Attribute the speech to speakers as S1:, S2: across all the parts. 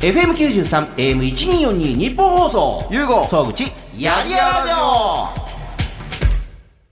S1: FM93、AM1242 日本放送。
S2: ゆうご
S1: 総口、やりやらじょ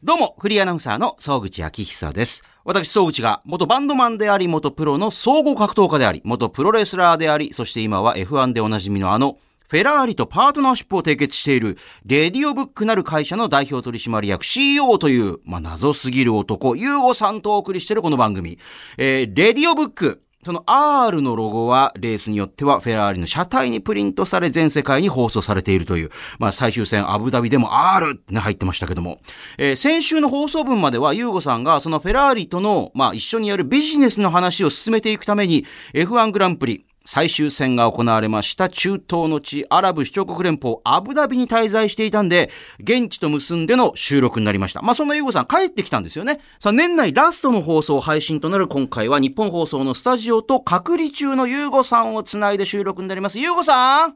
S1: どうも、フリーアナウンサーの総口昭久です。私、総口が、元バンドマンであり、元プロの総合格闘家であり、元プロレスラーであり、そして今は F1 でおなじみのあの、フェラーリとパートナーシップを締結している、レディオブックなる会社の代表取締役 CEO という、まあ、謎すぎる男、ユーゴさんとお送りしているこの番組、えー、レディオブック。その R のロゴは、レースによってはフェラーリの車体にプリントされ全世界に放送されているという、まあ最終戦アブダビでも R ってね入ってましたけども、えー先週の放送分まではユーゴさんがそのフェラーリとの、まあ一緒にやるビジネスの話を進めていくために F1 グランプリ、最終戦が行われました中東の地アラブ首長国連邦アブダビに滞在していたんで、現地と結んでの収録になりました。まあ、そんなユーゴさん帰ってきたんですよね。さあ、年内ラストの放送配信となる今回は日本放送のスタジオと隔離中のユーゴさんをつないで収録になります。ユーゴさん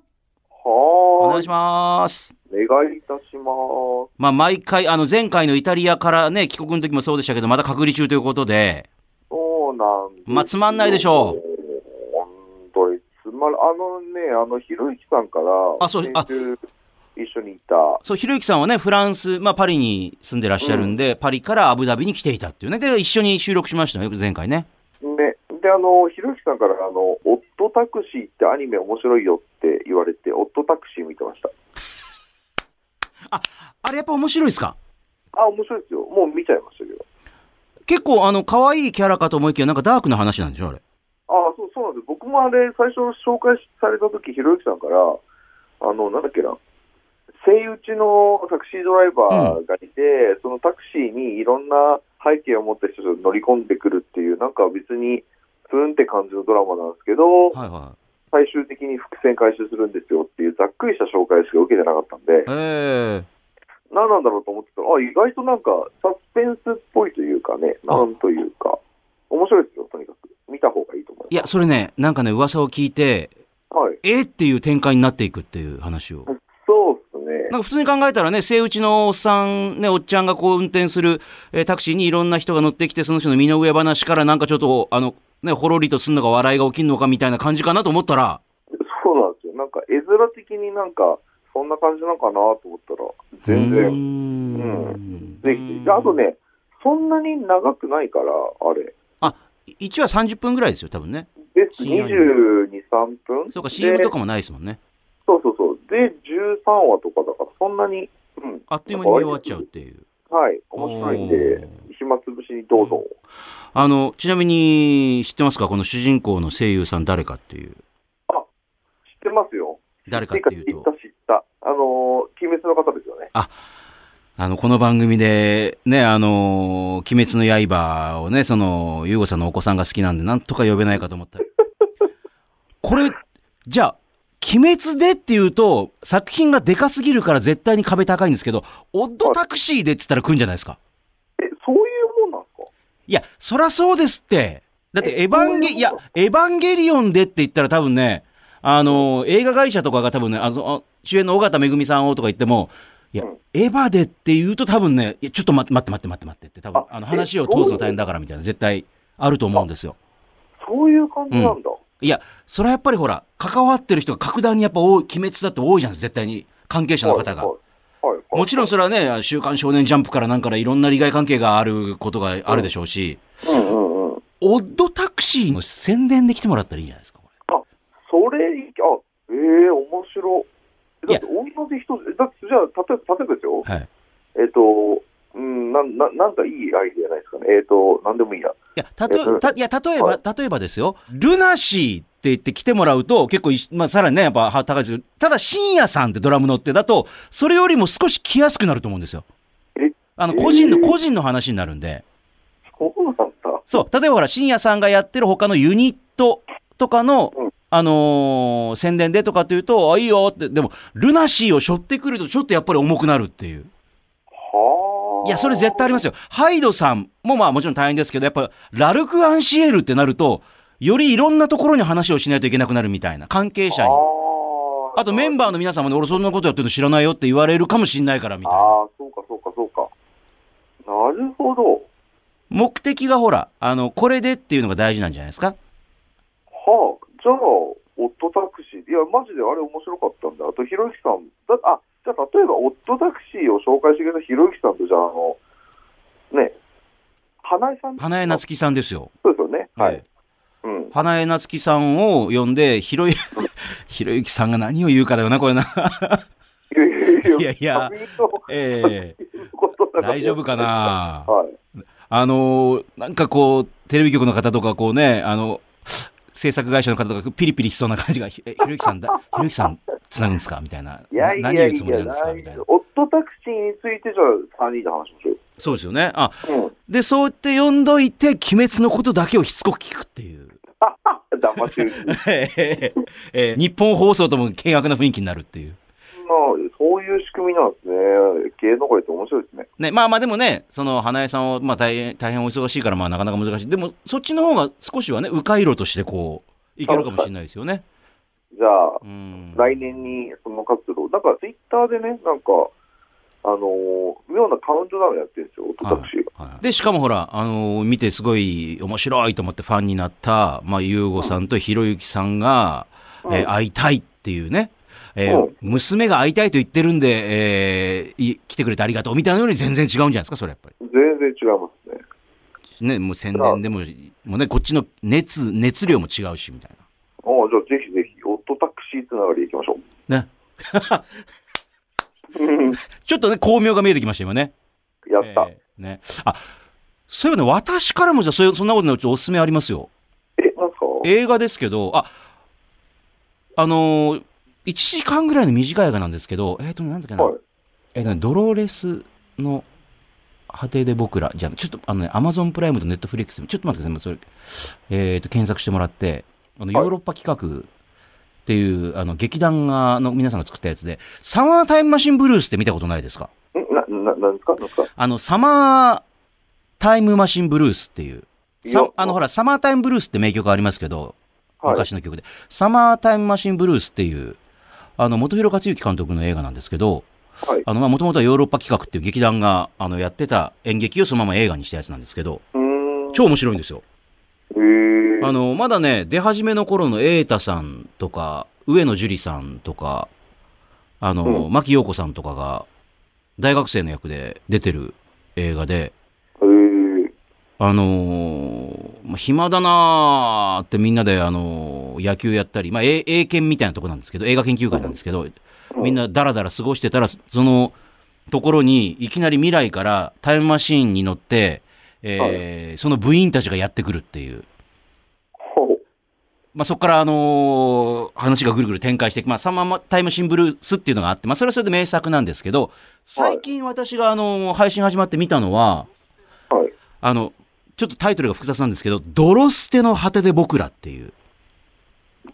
S1: お
S2: は
S1: 願い
S2: ーい
S1: し。ます。
S2: お願いいたします。
S1: まあ、毎回、あの、前回のイタリアからね、帰国の時もそうでしたけど、また隔離中ということで、
S2: そうなんですよ
S1: まあつまんないでしょう。
S2: 本当につまらあのね、あの、ひろゆきさんから、
S1: あそう
S2: 先
S1: あ
S2: 週一緒にいた、
S1: そう、ひろゆきさんはね、フランス、まあ、パリに住んでらっしゃるんで、パリからアブダビに来ていたっていうね。で、一緒に収録しましたよ、前回ね。
S2: ね、で、あの、ひろゆきさんから、あの、オットタクシーってアニメ面白いよって言われて、オットタクシー見てました。
S1: あれやっぱ面白いですか
S2: あ、面白いですよ。もう見ちゃいましたけど。
S1: 結構、あの、可愛いキャラかと思いきや、なんかダークな話なんでしょ、あれ。
S2: あそうそうなんです。僕もあれ、最初紹介された時ひろゆきさんから、あの、なんだっけな、セイウチのタクシードライバーがいて、そのタクシーにいろんな背景を持った人が乗り込んでくるっていう、なんか別に、ツンって感じのドラマなんですけど、
S1: はいはい。
S2: 最終的に伏線回収するんですよっていうざっくりした紹介しか受けてなかったんで、
S1: え
S2: 何なんだろうと思ってたら、あ、意外となんかサスペンスっぽいというかね、
S1: あ
S2: なんというか、面白いですよ、とにかく。見た方がいいと思い
S1: い
S2: ま
S1: や、それね、なんかね、噂を聞いて、
S2: す。はい。
S1: えっていう展開になっていくっていう話を。
S2: そうですね。
S1: なんか普通に考えたらね、セイウチのおっさん、ね、おっちゃんがこう運転する、えータクシーにいろんな人が乗ってきて、その人の身の上話からなんかちょっと、あの、ね、ほろりとすんのか笑いが起きんのかみたいな感じかなと思ったら、
S2: そうなんですよ。なんか絵面的になんか、そんな感じなのかなと思ったら、全
S1: うー
S2: 然
S1: ん
S2: できて。であとね、そんなに長くないから、あれ。
S1: あ、1話30分ぐらいですよ、多分ね。
S2: です。
S1: 深夜に
S2: 22、3分
S1: そうか、CM とか
S2: も。
S1: もないですもんね。
S2: そうそうそう。で、13話とかだから、そんなに、うん。
S1: あっという間に見終わっちゃうっていう。
S2: はい。面白いんで、暇つぶしにどうぞ。
S1: あの、ちなみに、知ってますかこの主人公の声優さん誰かっていう。
S2: 知ってますよ。
S1: 誰かっていう
S2: 知っ
S1: と
S2: た、。知った。あのー、鬼滅の方ですよね。
S1: あの、この番組で、ね、あのー鬼滅の刃をね、その、ゆうごさんのお子さんが好きなんで、なんとか呼べないかと思ったら。 これ、じゃあ、鬼滅でっていうと、作品がでかすぎるから絶対に壁高いんですけど、オッドタクシーでって言ったら来るんじゃないですか。
S2: え、そういうもんなんですか
S1: いや、そらそうですって。だって、
S2: え
S1: エヴァンゲ、
S2: そういうこと
S1: いや、エヴァンゲリオンでって言ったら多分ね、あの、映画会社とかが多分ね、あの、あ主演の尾形めぐみさんをとか言っても、いや、
S2: うん
S1: エヴァでって言うと多分ね、いや、ちょっと待って待って待って待って待ってって、多分
S2: あ、
S1: あの、
S2: え
S1: 話を通すの大変だからみたいな、絶対あると思うんですよ。
S2: そういう感じなんだ。
S1: いや、それはやっぱりほら、関わってる人が格段にやっぱ多い、鬼滅だって多いじゃん、絶対に。関係者の方が
S2: はい。はいはいはい
S1: もちろんそれはね、週刊少年ジャンプからなんからいろんな利害関係があることがあるでしょうし、
S2: うんうんうん。
S1: オッドタクシーの宣伝で来てもらったらいいんじゃないですか、これ
S2: それ、あ、ええ面白。
S1: い
S2: だ
S1: や
S2: って同じ人、だってじゃあ、例えば、例えばですよ。
S1: はい。
S2: えっ、と、うん、なん、なん、なんかいいアイディアないですかね。えっ、と、なんでもいいや。
S1: いや、たと
S2: えっと
S1: たいや例えば、
S2: は
S1: 例えばですよ、ルナシーって言って来てもらうと、結構い、まあ、さらにね、やっぱは高いですけど、ただ、深夜さんってドラムのってだと、それよりも少し来やすくなると思うんですよ
S2: え。
S1: あの、個人の、
S2: えー
S1: 個人の話になるんで。
S2: そうなんだ。
S1: そう、例えばほら、深夜さんがやってる他のユニットとかの、
S2: うん
S1: あのー宣伝でとかっていうと、あ、いいよって、でも、ルナシーを背負ってくると、ちょっとやっぱり重くなるっていう。
S2: はあ。。
S1: いや、それ絶対ありますすよ。ハイドさんもまあもちろん大変ですけど、やっぱ、ラルク・アンシエルってなると、よりいろんなところに話をしないといけなくなるみたいな、関係者に。あとメン
S2: バー。
S1: バーの皆さんもね、俺そんなことやってるの知らないよって言われるかもしんないからみたいな。
S2: ああ、そうか、そうか、そうか。なるほど。
S1: 目的がほら、あの、これでっていうのが大事なんじゃないですか
S2: はあ、じゃあ、オットタクシー。いや、マジであれ面白かったんだ。あと、ひろゆきさん。だあ、じゃあ、例えば、オットタクシーを紹介してくれたひろゆきさんと、じゃあ、あの、ね、花江さん
S1: 花江夏樹さんですよ。
S2: そうですよね。はい。
S1: ええ
S2: うん。
S1: 花江夏樹さんを呼んで、ひろゆ、 ひろゆきさんが何を言うかだよな、これな。
S2: いやい
S1: いやいや
S2: 旅の
S1: ええ
S2: ことだから
S1: 大丈夫かな。
S2: はい。
S1: あのーなんかこう、テレビ局の方とか、こうね、あの、制作会社の方とか、ピリピリしそうな感じが、ひえひろゆきさ んだ、ひろゆきさん、つなぐんですかみたいな。
S2: いやいや
S1: ない何
S2: や
S1: 言
S2: いう
S1: つもりな
S2: や
S1: んですかみた
S2: ないい
S1: な。
S2: オットタクシーについて、じゃあ、3人で話しましょう。
S1: そうですよね。あ、
S2: うん。
S1: で、そうやって呼んどいて、鬼滅のことだけをしつこく聞くっていう。
S2: 騙し討ち。
S1: ええええ日本放送とも険悪な雰囲気になるっていう。
S2: まあ、そういう仕組みなんですね。芸能界って面白いですね。
S1: ね、まあまあでもね、その花江さんを、まあ大変、大変お忙しいから、まあなかなか難しい。でも、そっちの方が少しはね、迂回路としてこう、いけるかもしれないですよね。
S2: じゃあ、
S1: うん。
S2: 来年にその活動、なんかツイッターでね、なんか、あのー妙なカウントダウンやってるんですよ、オットタクシーが。
S1: はいで、しかもほら、あのー見てすごい面白いと思ってファンになった、まあ、ゆうごさんとひろゆきさんが、えー
S2: うん
S1: 会いたいっていうね、えー
S2: うん
S1: 娘が会いたいと言ってるんで、えーい来てくれてありがとうみたいなのより全然違うんじゃないですか、それやっぱり。
S2: 全然違います
S1: ね、
S2: ね。
S1: もう宣伝でも、もうね、こっちの熱、熱量も違うし、みたい
S2: ああ、じゃあぜひぜひ、オットタクシーつながりでいきましょう。
S1: な。ね。
S2: うん
S1: ちょっとね、巧妙が見えてきました、今ね。
S2: やった。
S1: えーね。あ、そういえばね、私からもじゃあそういうそんなことのちょっとおすすめありますよ。
S2: え、なんすか
S1: 映画ですけど、あ、あのー、1時間ぐらいの短い映画なんですけど、えっ、と、なんだっけな、
S2: はい。
S1: えっ、とね、ドローレスの果てで僕ら、じゃあ、ちょっとあのね、アマゾンプライムとネットフリックス、ちょっと待ってください、それ、えっ、と、検索してもらって、あの、
S2: はい
S1: ヨーロッパ企画っていう、あの、劇団が、の皆さんが作ったやつで、サマータイムマシンブルースって見たことないですか
S2: んな、な、なんですかなんですか
S1: あの、サマータイムマシンブルースっていう、さ
S2: いや
S1: あの、ほら、サマータイムブルースって名曲ありますけど、
S2: はい。
S1: 昔の曲で、サマータイムマシンブルースっていう、あの、本広克行監督の映画なんですけど、
S2: はい。
S1: あの、まあ、もともとはヨーロッパ企画っていう劇団が、あの、やってた演劇をそのまま映画にしたやつなんですけど、
S2: うーん。
S1: 超面白いんですよ。
S2: えー、
S1: あの、まだね、出始めの頃の瑛太さんとか、上野樹里さんとか、あの、
S2: う
S1: 牧陽子さんとかが、大学生の役で出てる映画で、
S2: えー、
S1: あのーまあ暇だなーってみんなで、あのー野球やったり、まあ、英英検みたいなとこなんですけど、映画研究会なんですけど、みんなだらだら過ごしてたら、そのところに、いきなり未来からタイムマシーンに乗って、えーその部員たちがやってくるっていう。
S2: ほう。
S1: まあ、そこから、あのー話がぐるぐる展開していく、まあ、サマータイムシンブルースっていうのがあって、まあ、それはそれで名作なんですけど、最近私が、あのー配信始まって見たのは、
S2: はい。
S1: あの、ちょっとタイトルが複雑なんですけど、泥捨ての果てで僕らっていう。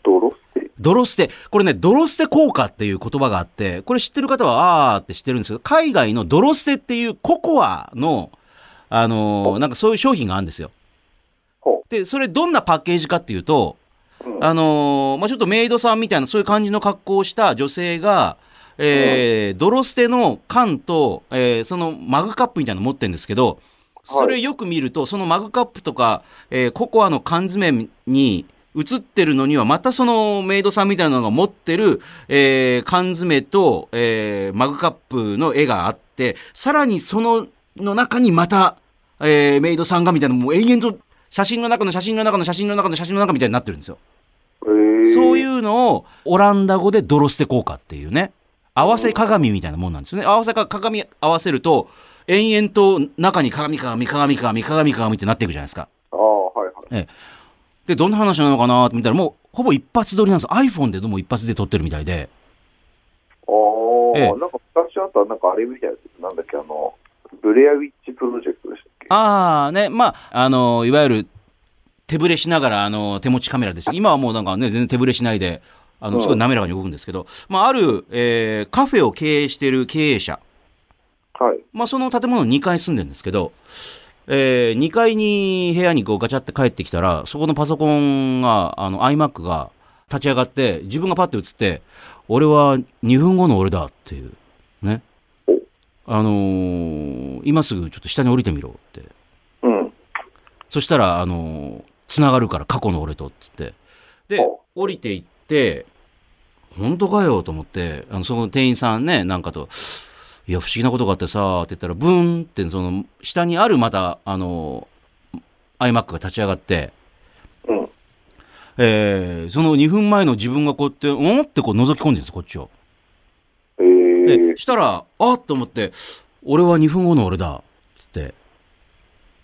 S2: ドロステ。
S1: 泥捨て、これね、泥捨て効果っていう言葉があって、これ知ってる方は、あーって知ってるんですけど、海外の泥捨てっていうココアの、あのーなんかそういう商品があるんですよ。
S2: ほ
S1: で、それどんなパッケージかっていうと、
S2: う。うん。
S1: あのーまあ、ちょっとメイドさんみたいな、そういう感じの格好をした女性が、えー泥捨ての缶と、えーそのマグカップみたいなの持ってるんですけど、それよく見ると、そのマグカップとか、えーココアの缶詰に映ってるのには、またそのメイドさんみたいなのが持ってる、えー缶詰と、えーマグカップの絵があって、さらにその、の中にまた、えーメイドさんがみたいな、もう延々と写真の中の写真の中の写真の中の写真の中みたいになってるんですよ。
S2: えー、
S1: そういうのをオランダ語で泥捨て効果っていうね。合わせ鏡みたいなもんなんですよね。合わせか鏡合わせると、延々と中に鏡鏡鏡鏡鏡鏡ってなっていくじゃないですか。
S2: ああ、はいはい。
S1: で、どんな話なのかなって見たらもうほぼ一発撮りなんですよ。iPhone でどうも一発で撮ってるみたいで。
S2: ああ、
S1: ええ
S2: なんか昔あった、なんかあれみたいなやつ、なんだっけ、あの、ブレアウィッチプロジェクトでしたっけ
S1: ああね、まあ、あの、いわゆる手ぶれしながら、あの、手持ちカメラです。今はもうなんかね、全然手ぶれしないで、あ
S2: う
S1: の、
S2: ん
S1: すごい滑らかに動くんですけど、まあ、ある、えーカフェを経営してる経営者。
S2: はい。
S1: まあ、その建物の2階に住んでるんですけど、え2階に部屋にこうガチャって帰ってきたら、そこのパソコンが、あの iMac が立ち上がって、自分がパッて映って、俺は2分後の俺だっていう、ね
S2: お。
S1: あのー今すぐちょっと下に降りてみろって。
S2: うん。
S1: そしたら、あのー繋がるから過去の俺とって言って。で
S2: お、
S1: 降りていっって、本当かよと思って、あの、その店員さんね、なんかと、いや、不思議なことがあってさ、って言ったら、ブンって、その、下にあるまた、あの、iMac が立ち上がって、
S2: うん。
S1: えーその2分前の自分がこうやって、うんってこう覗き込んでるんです、こっちを。
S2: え
S1: で
S2: ー、
S1: したら、あっと思って、俺は2分後の俺だ、つって。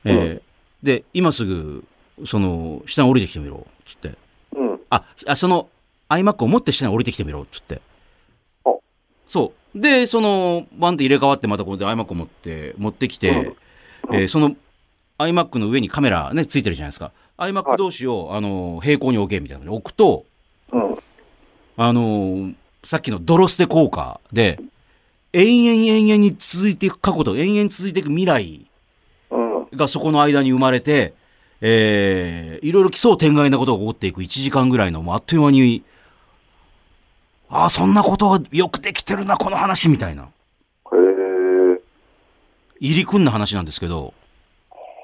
S1: えーで、今すぐ、その、下に降りてきてみろ、つって。
S2: うん。
S1: あ、あその、iMac を持って下に降りてきてみろ、つって
S2: あ。
S1: そう。で、その、バンって入れ替わって、またここで iMac を持って、持ってきて、えーその、iMac の上にカメラね、ついてるじゃないですか。iMac 同士を、あの、平行に置け、みたいなのに置くと、
S2: うん。
S1: あのーさっきのドロステ効果で、延々延々に続いていく過去と延々続いていく未来
S2: うん。
S1: がそこの間に生まれて、えー、いろいろ奇想天外なことが起こっていく1時間ぐらいの、もうあっという間に、ああ、そんなことはよくできてるな、この話、みたいな。
S2: へえ。
S1: 入り組んだ話なんですけど、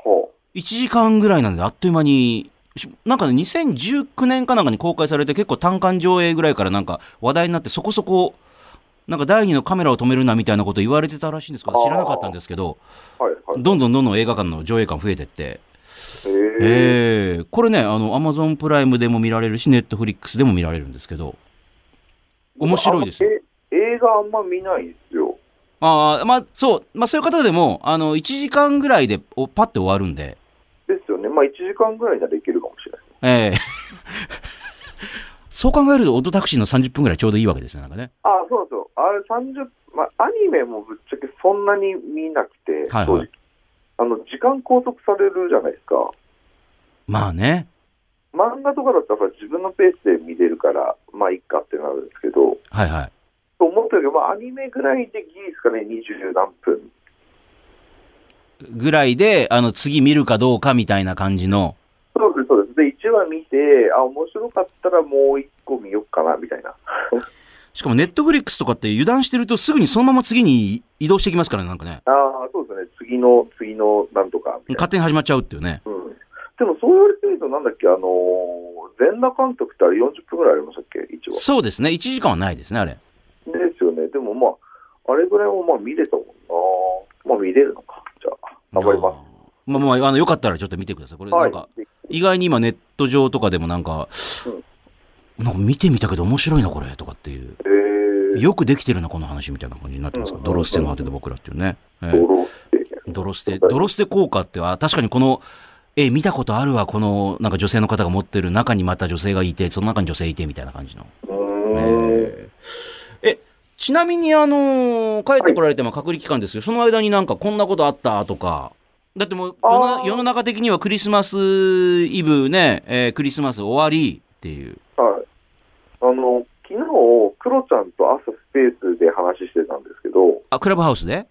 S2: は
S1: 1時間ぐらいなんであっという間に、しなんかね、2019年かなんかに公開されて結構単館上映ぐらいからなんか話題になってそこそこ、なんか第二のカメラを止めるなみたいなこと言われてたらしいんですけど、知らなかったんですけど、
S2: あはいはい。
S1: どんどんどんどん映画館の上映館増えてって、
S2: へえ。
S1: えー、これね、あの、アマゾンプライムでも見られるし、ネットフリックスでも見られるんですけど、面白いですよ。
S2: よ。え映画あんま見ないですよ。
S1: ああ、まあ、そう、まあ、そういう方でも、あの、1時間ぐらいでおパッて終わるんで、
S2: ですよね。まあ、1時間ぐらいならいけるかもしれない。
S1: え えそう考えると、オートタクシーの30分ぐらいちょうどいいわけですね、なんかね。
S2: ああ、そうなんですよ。あれ30、まあ、アニメもぶっちゃけそんなに見なくて、
S1: はいはい
S2: 正直あの、時間拘束されるじゃないですか。
S1: まあね。
S2: 漫画とかだったら自分のペースで見れるから、まあ、いっかってなるんですけど、
S1: はいはい。
S2: と思ったけど、まあ、アニメぐらいでギリですかね、20何分。
S1: ぐらいで、あの、次見るかどうかみたいな感じの。
S2: そうです、そうです。で、1話見て、あ、面白かったらもう1個見よっかな、みたいな。
S1: しかも、ネットフリックスとかって油断してるとすぐにそのまま次に移動してきますからね、なんかね。
S2: ああ、そうですね。次の、次の、なんとか、みたいな。
S1: 勝手に始まっちゃうっていうね。
S2: うん。でも、そう言われてみると、なんだっけ、あのー、全裸監督ってあれ40分ぐらいありましたっけ、一話。
S1: そうですね。1時間はないですね、あれ。
S2: ですよね。でもまあ、あれぐらいもまあ見れたもんな。まあ見れるのか。じゃあ、頑張ります。
S1: す。まあまあ、あの、よかったらちょっと見てください。これ、なんか、
S2: はい。
S1: 意外に今ネット上とかでもなんか、なんか見てみたけど面白いな、これ、とかっていう。
S2: えー、
S1: よくできてるな、この話みたいな感じになってますから、ドロステの果てと僕らっていうね。え
S2: ド
S1: え
S2: ロって。
S1: ドロステ、ドロステ効果っては、確かにこの、え、見たことあるわ、この、なんか女性の方が持ってる中にまた女性がいて、その中に女性いてみたいな感じの。
S2: うーん。
S1: えええ、ちなみに、あのー帰ってこられても隔離期間ですけど、その間になんかこんなことあったとか、だってもう世
S2: あ
S1: の
S2: ー
S1: 世の中的にはクリスマスイブね、えークリスマス終わりっていう。
S2: はい。あの、昨日、クロちゃんと朝スペースで話してたんですけど、
S1: あ、クラブハウスで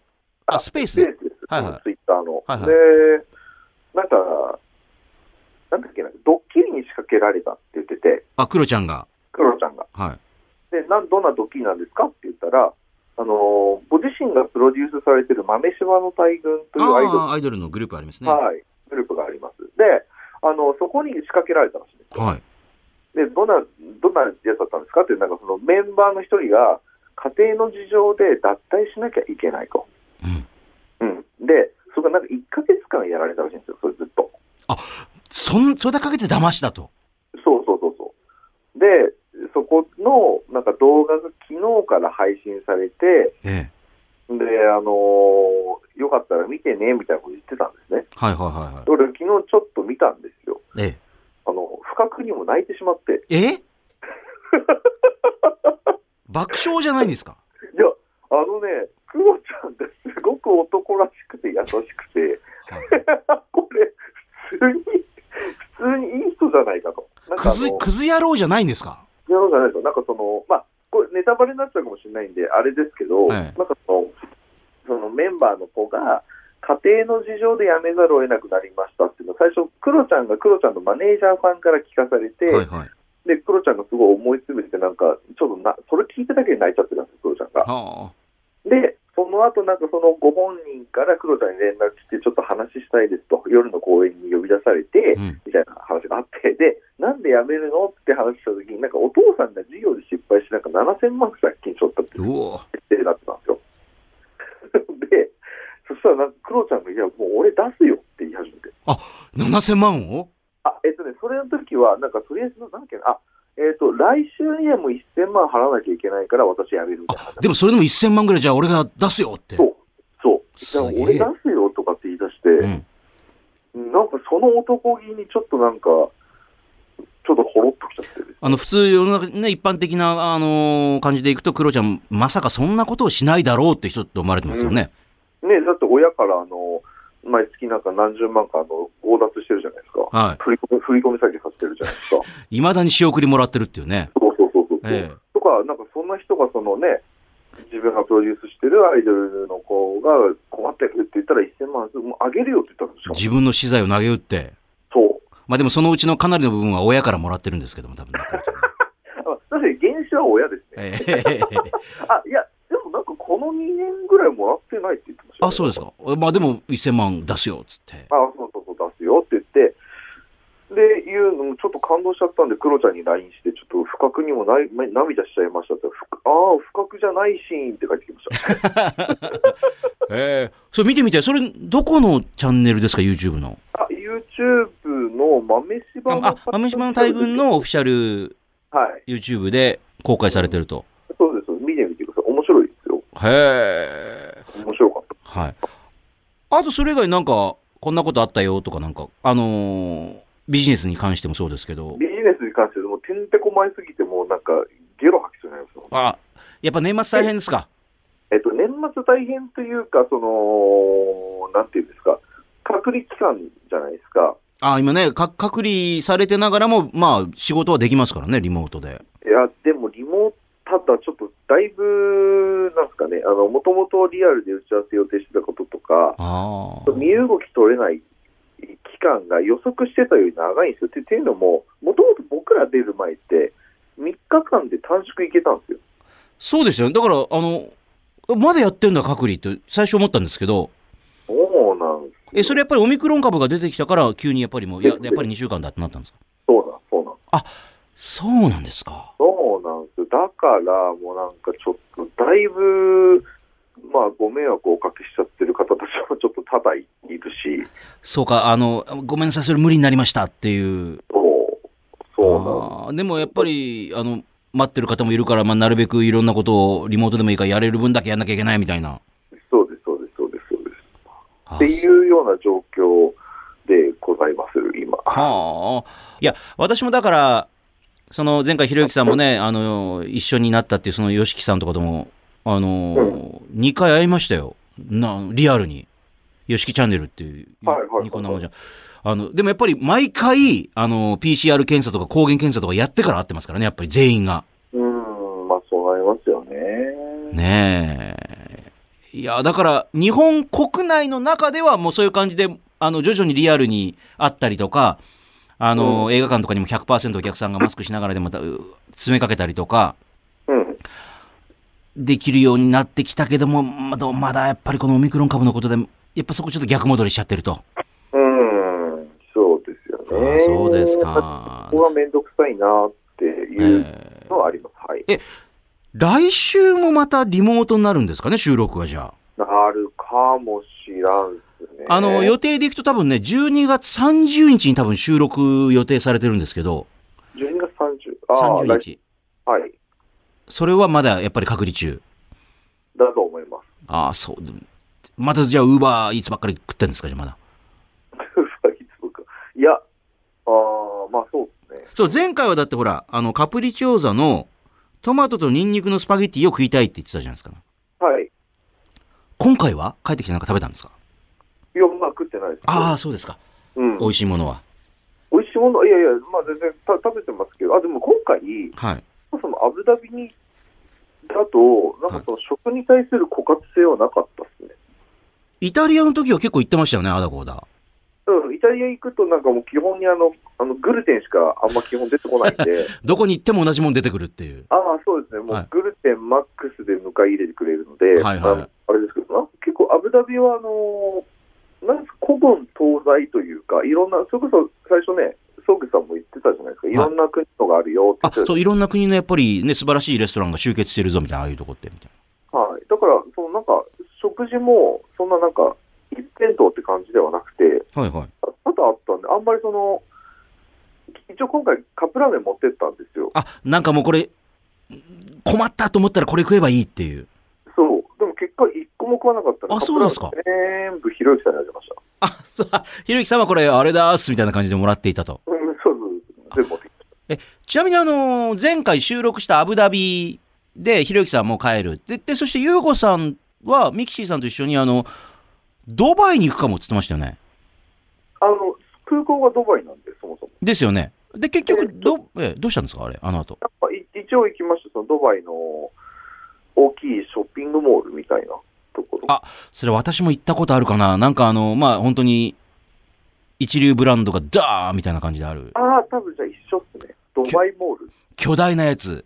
S1: あ、
S2: あ
S1: スペー
S2: ス
S1: ス
S2: ペ
S1: で。
S2: ースです。
S1: はいはい
S2: ツイッターの。
S1: はいはい
S2: で、なんか、なんだっけな、ドッキリに仕掛けられたって言ってて、
S1: あ、クロちゃんが。
S2: クロちゃんが。
S1: はい。
S2: で、なんどんなドッキリなんですかって言ったら、あのーご自身がプロデュースされてる豆島の大群というアイドル、
S1: あーアイドルのグループありますね。
S2: はい、グループがあります。で、あのそこに仕掛けられたらしいんですよ。
S1: はい。
S2: で、どんな、どんなやつだったんですかって、なんかそのメンバーの一人が、家庭の事情で脱退しなきゃいけないと。
S1: うん
S2: うん。で、それがなんか1ヶ月間やられたらしいんですよ、それずっと。
S1: そん、それだけかけて騙しだと。
S2: そうそうそうそう。で、そこの、なんか動画が昨日から配信されて、
S1: ええ。
S2: で、あのーよかったら見てね、みたいなこと言ってたんですね。
S1: はいはいはいは
S2: 俺、昨日ちょっと見たんですよ。
S1: い。え
S2: あの、不覚にも泣いてしまって。
S1: え。え 爆笑じゃないんですか
S2: いや、あのね、クロちゃんがすごく男らしくて優しくて、これ、普通に、普通にいい人じゃないかと。なん
S1: ク
S2: かあ
S1: ズ
S2: の、、
S1: クズ野郎じゃないんですか
S2: やろうじゃないと、なんかその、まあ、これネタバレになっちゃうかもしれないんで、あれですけど、
S1: はい
S2: なんかその、そのメンバーの子が、家庭の事情で辞めざるを得なくなりましたっていうのを最初、クロちゃんがクロちゃんのマネージャーさんから聞かされて、
S1: はい。
S2: で、クロちゃんがすごい思い詰めて、なんか、ちょっとな、それ聞いただけで泣いちゃってたんですよ、クロちゃんが。
S1: は
S2: で、その後、なんかそのご本人からクロちゃんに連絡して、ちょっと話したいですと、夜の公園に呼び出されて、
S1: あ。うん。
S2: みたいな話があって、で、なんで辞めるのってって話した時に、なんかお父さんが事業で失敗して、なんか7000万借金しとったっていう
S1: おー
S2: 設定になってたんですよ。 で、そしたらなんかクロちゃんが、いや、もう俺出すよって言い始めて。
S1: 7000万を
S2: あ、えっとね、それの時は、なんかとりあえず、なんだっけな、あ、えっと、来週にはもう1000万払わなきゃいけないから私やめるみたいな。
S1: でもそれでも1000万ぐらいじゃあ俺が出すよって。
S2: そう、そう。
S1: すげえ
S2: 俺出すよとかって言い出して、
S1: ん。
S2: なんかその男気にちょっとなんか、ちょっとほろっときちゃってる。
S1: あの、普通世の中ね、一般的な、あのー感じでいくと、クロちゃん、まさかそんなことをしないだろうって人って思われてますよね。
S2: ねだって親からあの、毎月なんか何十万かあの、強奪してるじゃないですか。
S1: は
S2: 振り込み、振り込み詐欺させてるじゃないですか。
S1: い。未だに仕送りもらってるっていうね。
S2: そうそうそうそう。
S1: ええ
S2: とか、なんかそんな人がそのね、自分がプロデュースしてるアイドルの子が困ってるって言ったら1000万ずつもうあげるよって言ったんですよ。
S1: 自分の資材を投げ打って。
S2: そう。
S1: まあでもそのうちのかなりの部分は親からもらってるんですけども、多分ね。クロちゃんね
S2: あ確かに原資は親ですね。
S1: ええ
S2: あ、いや、でもなんかこの2年ぐらいもらってないって言ってましたよ
S1: あ、そうですか。まあでも1000万出すよ、つって。
S2: あ、そうそうそう、出すよって言って、で、いうのもちょっと感動しちゃったんで、クロちゃんに LINE して、ちょっと不覚にもないま涙しちゃいましたって、ふああ、不覚じゃないシーンって書いてきました。
S1: ええそれ見てみて、それ、どこのチャンネルですか、YouTube の。
S2: あ、YouTube の豆柴の
S1: あ、あ豆島の大群。のオフィシャル
S2: はい、
S1: YouTube で公開されてると。
S2: そうです。見てみてください。面白いですよ。
S1: へえ。
S2: 面白かっ
S1: はい。あと、それ以外なんか、こんなことあったよとか、なんか、あのービジネスに関してもそうですけ
S2: た。
S1: ど、
S2: ビジネスに関してもう、てんてこまいすぎて、もうなんか、ゲロ吐きそうになりますよ
S1: あ、やっぱ年末大変ですか。
S2: えっと、年末大変というか、その、なんていうんですか、隔離期間じゃないですか。
S1: あ、今ね、か隔離されてながらも、まあ、仕事はできますからね、リモートで。
S2: いや、でもリモート、ただちょっとだいぶ、なんですかね、あの、もともとリアルで打ち合わせ予定してたこととか、
S1: ああ。
S2: 身動き取れない期間が予測してたより長いんですよ。ってっていうのも、もともと僕ら出る前って、3日間で短縮いけたんですよ。
S1: そうですよね。だから、あの、まだやってんだ、隔離って、最初思ったんですけど、
S2: そうなんですよ
S1: え、それやっぱりオミクロン株が出てきたから、急にやっぱりもう、いや、
S2: です
S1: やっぱり2週間だってなったんですか
S2: そうなん、そうなん。
S1: そうなんですか。
S2: そうなんですよ。だから、もうなんかちょっと、だいぶ、まあ、ご迷惑をおかけしちゃってる方たちもちょっと多々いるし、
S1: そうか、あの、ごめんなさい、それ無理になりましたっていう。
S2: そう、そうなんです
S1: あーでもやっぱり、あの、待ってる方もいるから、まあ、なるべくいろんなことをリモートでもいいからやれる分だけやんなきゃいけないみたいな。
S2: そうです、そうです、そうです、そうです。
S1: あ
S2: っていうような状況でございます、今。
S1: はあ。いや、私もだから、その前回、ひろゆきさんもね、あの、一緒になったっていう、その、よしきさんとかとも、あの、二2回会いましたよ。な、リアルに。よしきチャンネルっていう、
S2: はいはいはいはい
S1: ニコ生じゃん。あの、でもやっぱり毎回、あの、PCR 検査とか抗原検査とかやってから会ってますからね、やっぱり全員が。
S2: うーん、まあそうなりますよね。
S1: ねえ。いや、だから、日本国内の中ではもうそういう感じで、あの、徐々にリアルにあったりとか、あの、映画館とかにも100%お客さんがマスクしながらでもたう詰めかけたりとか、
S2: うん。
S1: できるようになってきたけども、まだ、まだやっぱりこのオミクロン株のことで、やっぱそこちょっと逆戻りしちゃってると。
S2: うん、そうですよ
S1: ああ
S2: ね。
S1: そうですか
S2: ここがめんどくさいなっていう
S1: え
S2: のはあります。はい。
S1: ー来週もまたリモートになるんですかね、収録はじゃあ。
S2: なるかもしらんっすね。
S1: あの、予定でいくと多分ね、12月30日に多分収録予定されてるんですけど、
S2: 12月30。ああ、
S1: 30
S2: 来
S1: 日。
S2: はい。
S1: それはまだやっぱり隔離中。
S2: だと思います。
S1: ああ、そう。またじゃあ、ウーバーいつばっかり食ってんですか、じゃあまだ。
S2: いや、ああ、まあそうですね。
S1: そう、前回はだってほら、あの、カプリチョーザのトマトとニンニクのスパゲッティを食いたいって言ってたじゃないですか。
S2: はい。
S1: 今回は帰ってきてなんか食べたんですか
S2: いや、まあ食ってないです。
S1: ああ、そうですか。
S2: うん。
S1: 美味しいものは。
S2: 美味しいもの、いやいや、まあ全然た食べてますけど、あ、でも今回、
S1: はい。
S2: そもそもアブダビにだと、なんかその食に対する枯渇性はなかったですね。
S1: イタリアの時は結構行ってましたよね、アダコーダ。
S2: うん、イタリア行くとなんかもう基本にあの、あのグルテンしかあんま基本出てこないん で、
S1: どこに行っても同じもん出てくるっていう。
S2: ああ、そうですね、も
S1: はいう
S2: グルテンマックスで迎え入れてくれるので、
S1: はいはい
S2: あのあれですけど、なんか結構アブダビはあのーなんか古今東西というか、いろんな、それこそ最初ね、宗家さんも言ってたじゃないですか、いろんな国のがあるよって言
S1: あ
S2: ってたじゃ
S1: そ
S2: な
S1: う
S2: い
S1: いろんな国のやっぱりね素晴らしいレストランが集結してるぞみたいなああいうとこってみたい
S2: はい、だから、そのなんか、食事も、そんななんか、一辺倒って感じではなくて、
S1: なはいはい
S2: 多々あったんで、あんまりその、一応今回、カップラーメン持ってったんですよ。
S1: あなんかもうこれ困ったと思ったらこれ食えばいいっていう
S2: そう、でも結果、一個も食わなかった
S1: あそうですか
S2: カップラーメン全部ひろゆきさんにあげました。
S1: あそうあひろゆきさんはこれあれだーすみたいな感じでもらっていたと
S2: うん、そうそう、全部持ってきまし
S1: えちなみにあのー前回収録したアブダビでひろゆきさんもう帰るででそしてゆうごさんはミキシーさんと一緒にあのドバイに行くかもって言ってましたよね
S2: た。あの、空港がドバイなんで、そもそも。
S1: ですよねで結局
S2: えっ
S1: ど,、えどうしたんですかあれあの後
S2: やっぱい一応行きました、そのドバイの大きいショッピングモールみたいなところ。
S1: あそれ私も行ったことあるかななんかあのまあ本当に一流ブランドがダーみたいな感じである
S2: ああ、多分じゃあ一緒っすね。ドバイモール。
S1: 巨大なやつ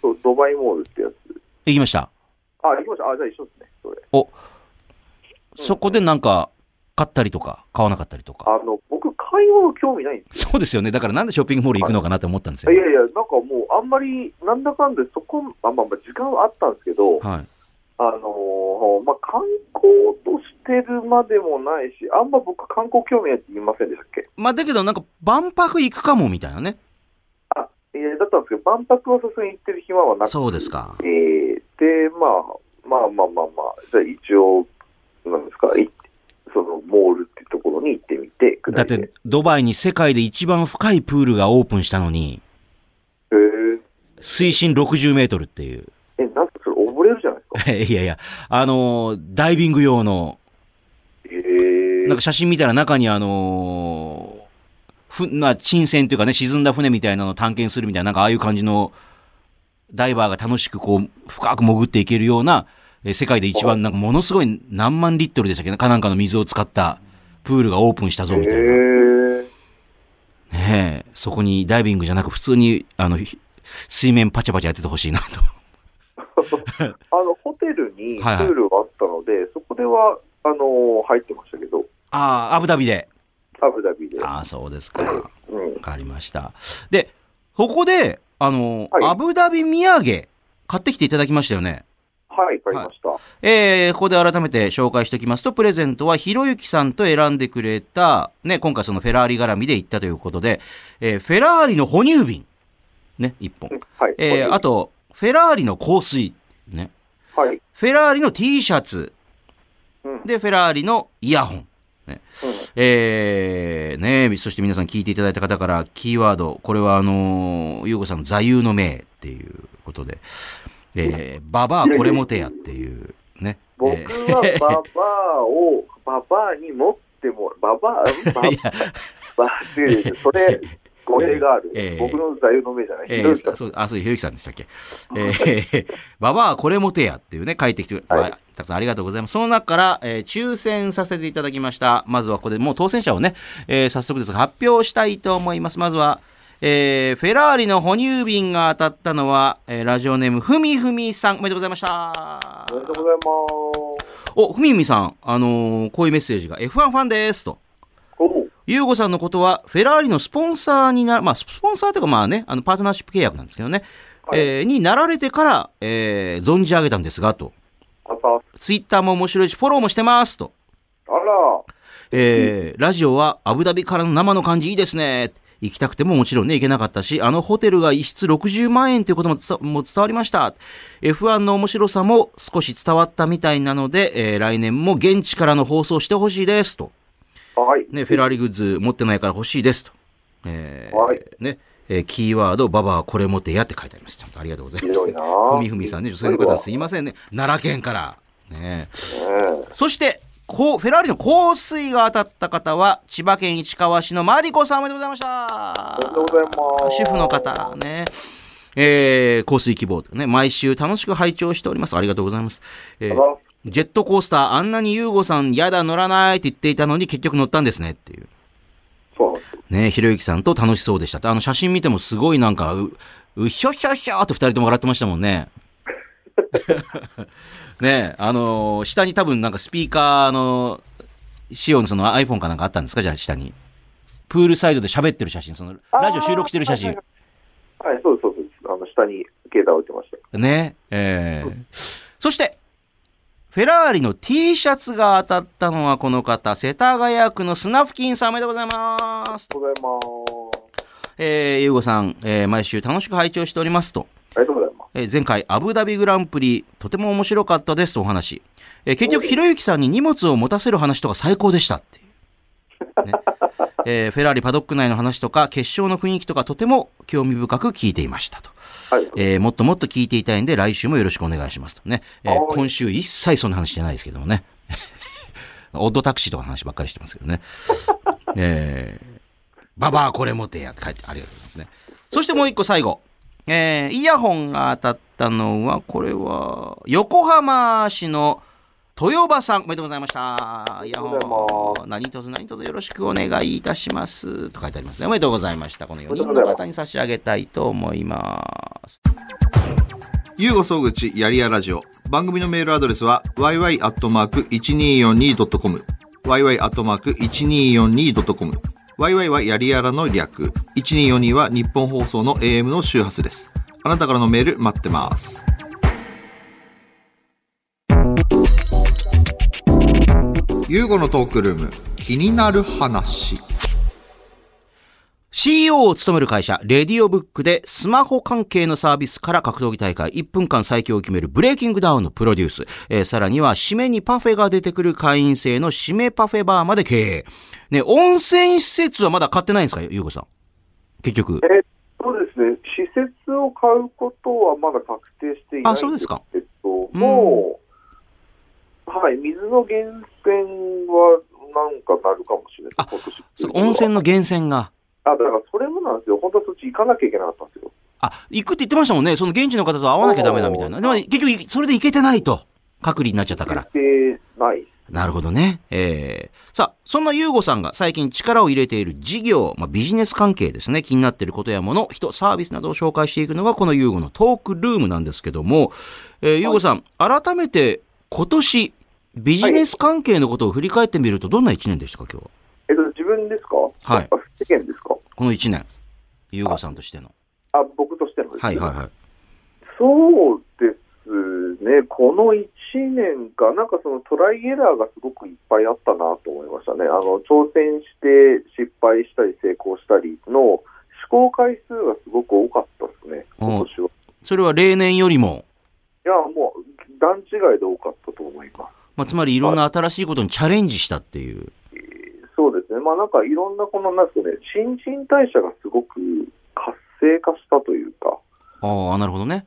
S2: そうドバイモールってやつ。
S1: 行きました
S2: あ、行きました。あ、じゃあ一緒ですね、それ。
S1: おそこでなんか買ったりとか買わなかったりとか
S2: あの、僕、買い物興味ないんです
S1: そうですよねだからなんでショッピングモール行くのかなって思ったんです
S2: よ。
S1: よ、
S2: いやいや、なんかもう、あんまり、なんだかんで、そこ、あまあ、まあ時間はあったんですけど、
S1: はい
S2: あのーまあ、観光としてるまでもないし、あんま僕、観光興味ないって言いませんでしたっけ
S1: まあだけどなんか万博行くかもみたいなね。
S2: あ、いや、だったんですけど、万博はさすがに行ってる暇はなくて
S1: そうですか。
S2: えーで、まあ、まあまあまあまあ、じゃあ一応、なんですか、いそのモールっていうところに行ってみてく
S1: だ
S2: だ
S1: っ
S2: いで
S1: てドバイに世界で一番深いプールがオープンしたのに、
S2: えー、
S1: 水深60メートルっていう。
S2: え、なんかそれ溺れるじゃないですか。
S1: いやいや、あのーダイビング用の、
S2: えー、
S1: なんか写真見たら中にあのーふな沈船というかね、沈んだ船みたいなのを探検するみたいな、なんかああいう感じのダイバーが楽しくこう、深く潜っていけるような、えー世界で一番なんかものすごい何万リットルでしたっけな、かなんかの水を使ったプールがオープンしたぞみたいな。
S2: えー
S1: ねえ、そこにダイビングじゃなく普通にあのひ水面パチャパチャやっててほしいなと。
S2: あのホテルにプ
S1: はいはい
S2: ールがあったので、そこではあのー入ってましたけど、
S1: ああ、アブダビで。
S2: アブダビで。
S1: ああ、そうですか。わ
S2: うん、
S1: かりました。で、ここで、あの、
S2: はい
S1: アブダビ土産、買ってきていただきましたよね。
S2: はい、わかりました。
S1: えーここで改めて紹介しておきますと、プレゼントはひろゆきさんと選んでくれた、ね、今回そのフェラーリ絡みで行ったということで、えーフェラーリの哺乳瓶、ね、1本。
S2: はい、
S1: えーあと、フェラーリの香水、ね。
S2: はい、
S1: フェラーリの T シャツ、
S2: うん
S1: で、フェラーリのイヤホン。ねえーねそして皆さん聞いていただいた方からキーワード、これはあのー、ゆうごさんの座右の銘っていうことで、えー、ババアこれもてやっていう、ね。
S2: 僕
S1: えー
S2: はババアを、ババアに持っ ても、ババア、ババ
S1: いや
S2: ア、違う違うそれ、語弊がある。
S1: えー
S2: 僕の座右の銘じゃない。
S1: え
S2: ひどい
S1: ー、そう、あ、そう、ひろゆきさんでしたっけ。えー、 ババアこれもてやっていうね、書いてきて、
S2: はい
S1: あたくさんありがとうございます。その中から、えー抽選させていただきました。まずはここでもう当選者をね、えー早速ですが発表したいと思います。まずは、えーフェラーリの哺乳瓶が当たったのは、えーラジオネームふみふみさん、おめでとうございました
S2: お。めでとうございます。
S1: お、ふみふみさん、あのーこういうメッセージが、F1 ファンですと。
S2: おう
S1: ユーゴさんのことは、フェラーリのスポンサーにな、まあ、スポンサーというか、まあね、あの、パートナーシップ契約なんですけどね、
S2: はい
S1: えーになられてから、えー存じ上げたんですが、と。
S2: また、
S1: ツイッターも面白いし、フォローもしてます、と。
S2: あら、
S1: えーラジオはアブダビからの生の感じいいですね。行きたくてももちろんね、行けなかったし、あのホテルが一室60万円ということもつたもう伝わりました。F1 の面白さも少し伝わったみたいなので、えー来年も現地からの放送してほしいです、と。
S2: はい。
S1: ね、フェラーリグッズ持ってないから欲しいですと。えー
S2: はい
S1: ね、えーキーワード、ババアこれ持ってやって書いてあります。ちゃんとありがとうございま
S2: ひど
S1: す
S2: いなあ。
S1: ふみふみさんね、女性の方はすいませんね。奈良県から。ね、
S2: ね
S1: そして、こう、フェラーリの香水が当たった方は、千葉県市川市のマリコさんおめでとうございました。
S2: おめでとうございます
S1: 主婦の方、ね。えー、香水希望とね、毎週楽しく拝聴しております。ありがとうございます。え
S2: え
S1: ー
S2: あら
S1: ジェットコースター、あんなにユーゴさん、やだ、乗らないって言っていたのに、結局乗ったんですねっていう。
S2: そうなんですよ。
S1: ね、ひろゆきさんと楽しそうでしたって。あの写真見てもすごいなんか、う、うひょひょひょーって二人とも笑ってましたもんね。 ねあのー下に多分なんかスピーカーの、仕様のその iPhone かなんかあったんですかじゃあ下に。プールサイドで喋ってる写真、その、ラジオ収録してる写真。
S2: はい、そうです、そうです。あの、下に携帯置いてました。
S1: ね。えーそして、フェラーリの T シャツが当たったのはこの方、世田谷区のスナフキンさんおめでとうございます。
S2: ありがとうございます。
S1: えー、ゆうごさん、えー毎週楽しく拝聴しておりますと。
S2: ありがとうございます。
S1: えー前回アブダビグランプリとても面白かったですとお話、えー結局ひろゆきさんに荷物を持たせる話とか最高でしたっていう、ねえーフェラーリパドック内の話とか決勝の雰囲気とかとても興味深く聞いていましたと、
S2: はい。
S1: えーもっともっと聞いていたいんで来週もよろしくお願いしますとね、えー
S2: はい
S1: 今週一切そんな話してないですけどもね オッドタクシーとかの話ばっかりしてますけどね えーババアこれ持てやって書いてありがとうございますね。そしてもう一個最後。えーイヤホンが当たったのは、これは、横浜市の豊場さん、おめでとうございました。イヤ
S2: おめでとうご
S1: ホン、何卒何卒よろしくお願いいたします。と書いてありますね。おめでとうございました。この4人の方に差し上げたいと思います。
S3: ゆうご総口やりやラジオ。番組のメールアドレスは yy.1242.com。yy.1242.com。yy はやりやらの略。1242は日本放送の AM の周波数です。あなたからのメール待ってます。ゆうごのトークルーム、気になる話。
S1: CEO を務める会社、レディオブックでスマホ関係のサービスから格闘技大会1分間最強を決めるブレイキングダウンのプロデュース、えーさらには締めにパフェが出てくる会員制の締めパフェバーまで経営。ね、温泉施設はまだ買ってないんですかゆうこさん。結局。
S2: えーそうですね、施設を買うことはまだ確定していない
S1: あそうですか
S2: んけども、はい、水の源泉はなんかなるかもしれない。
S1: あ
S2: 今年
S1: そう温泉の源泉が。
S2: あ、だからそれもなんですよ。本当はそっち行かなきゃいけなかったんですよ。
S1: あ、行くって言ってましたもんね。その現地の方と会わなきゃダメだみたいな。でも結局、それで行けてないと。隔離になっちゃったから
S2: 行。ってない。
S1: なるほどね。えー、さあ、そんなユーゴさんが最近力を入れている事業、まあ、ビジネス関係ですね、気になっていることやもの、人、サービスなどを紹介していくのが、このユーゴのトークルームなんですけども、えー、ユーゴさん、改めて今年、ビジネス関係のことを振り返ってみると、どんな一年でしたか、今日は。
S2: えっと、自分ですか
S1: はい
S2: あ世間ですか
S1: この一年。ユーゴさんとしての。
S2: あ、僕としてのです
S1: はいはいはい。
S2: そうですね、この1年か、なんかそのトライエラーがすごくいっぱいあったなと思いましたね。あの挑戦して失敗したり成功したりの試行回数がすごく多かったですね、
S1: うん
S2: 今年は。
S1: それは例年よりも、
S2: いや、もう段違いで多かったと思います。
S1: まあ、つまりいろんな新しいことにチャレンジしたっていう。
S2: そうですね、まあなんかいろんなこの、なんですかね、新陳代謝がすごく活性化したというか、
S1: ああ、なるほどね。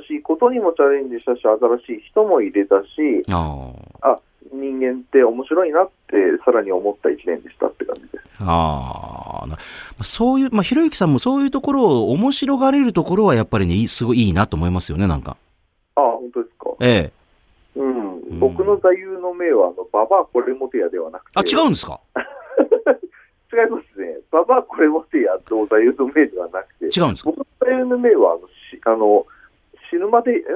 S2: 新しいことにもチャレンジしたし、新しい人も入れたし、
S1: ああ。
S2: 人間って面白いなって、さらに思った1年でしたって感じです。
S1: ああ、なそういう、まあ、ひろゆきさんもそういうところを面白がれるところはやっぱりね、いいすごいいいなと思いますよね、なんか。
S2: あ本当ですか。
S1: ええ。
S2: うん。
S1: うん
S2: 僕の座右の銘は、あの、ババアこれモテやではなくて。
S1: あ、違うんですか
S2: 違いますね。ババアこれモテやの座右の銘ではなくて。
S1: 違うんですか
S2: 僕の座右の銘は、あの、しあの死ぬまで、ええ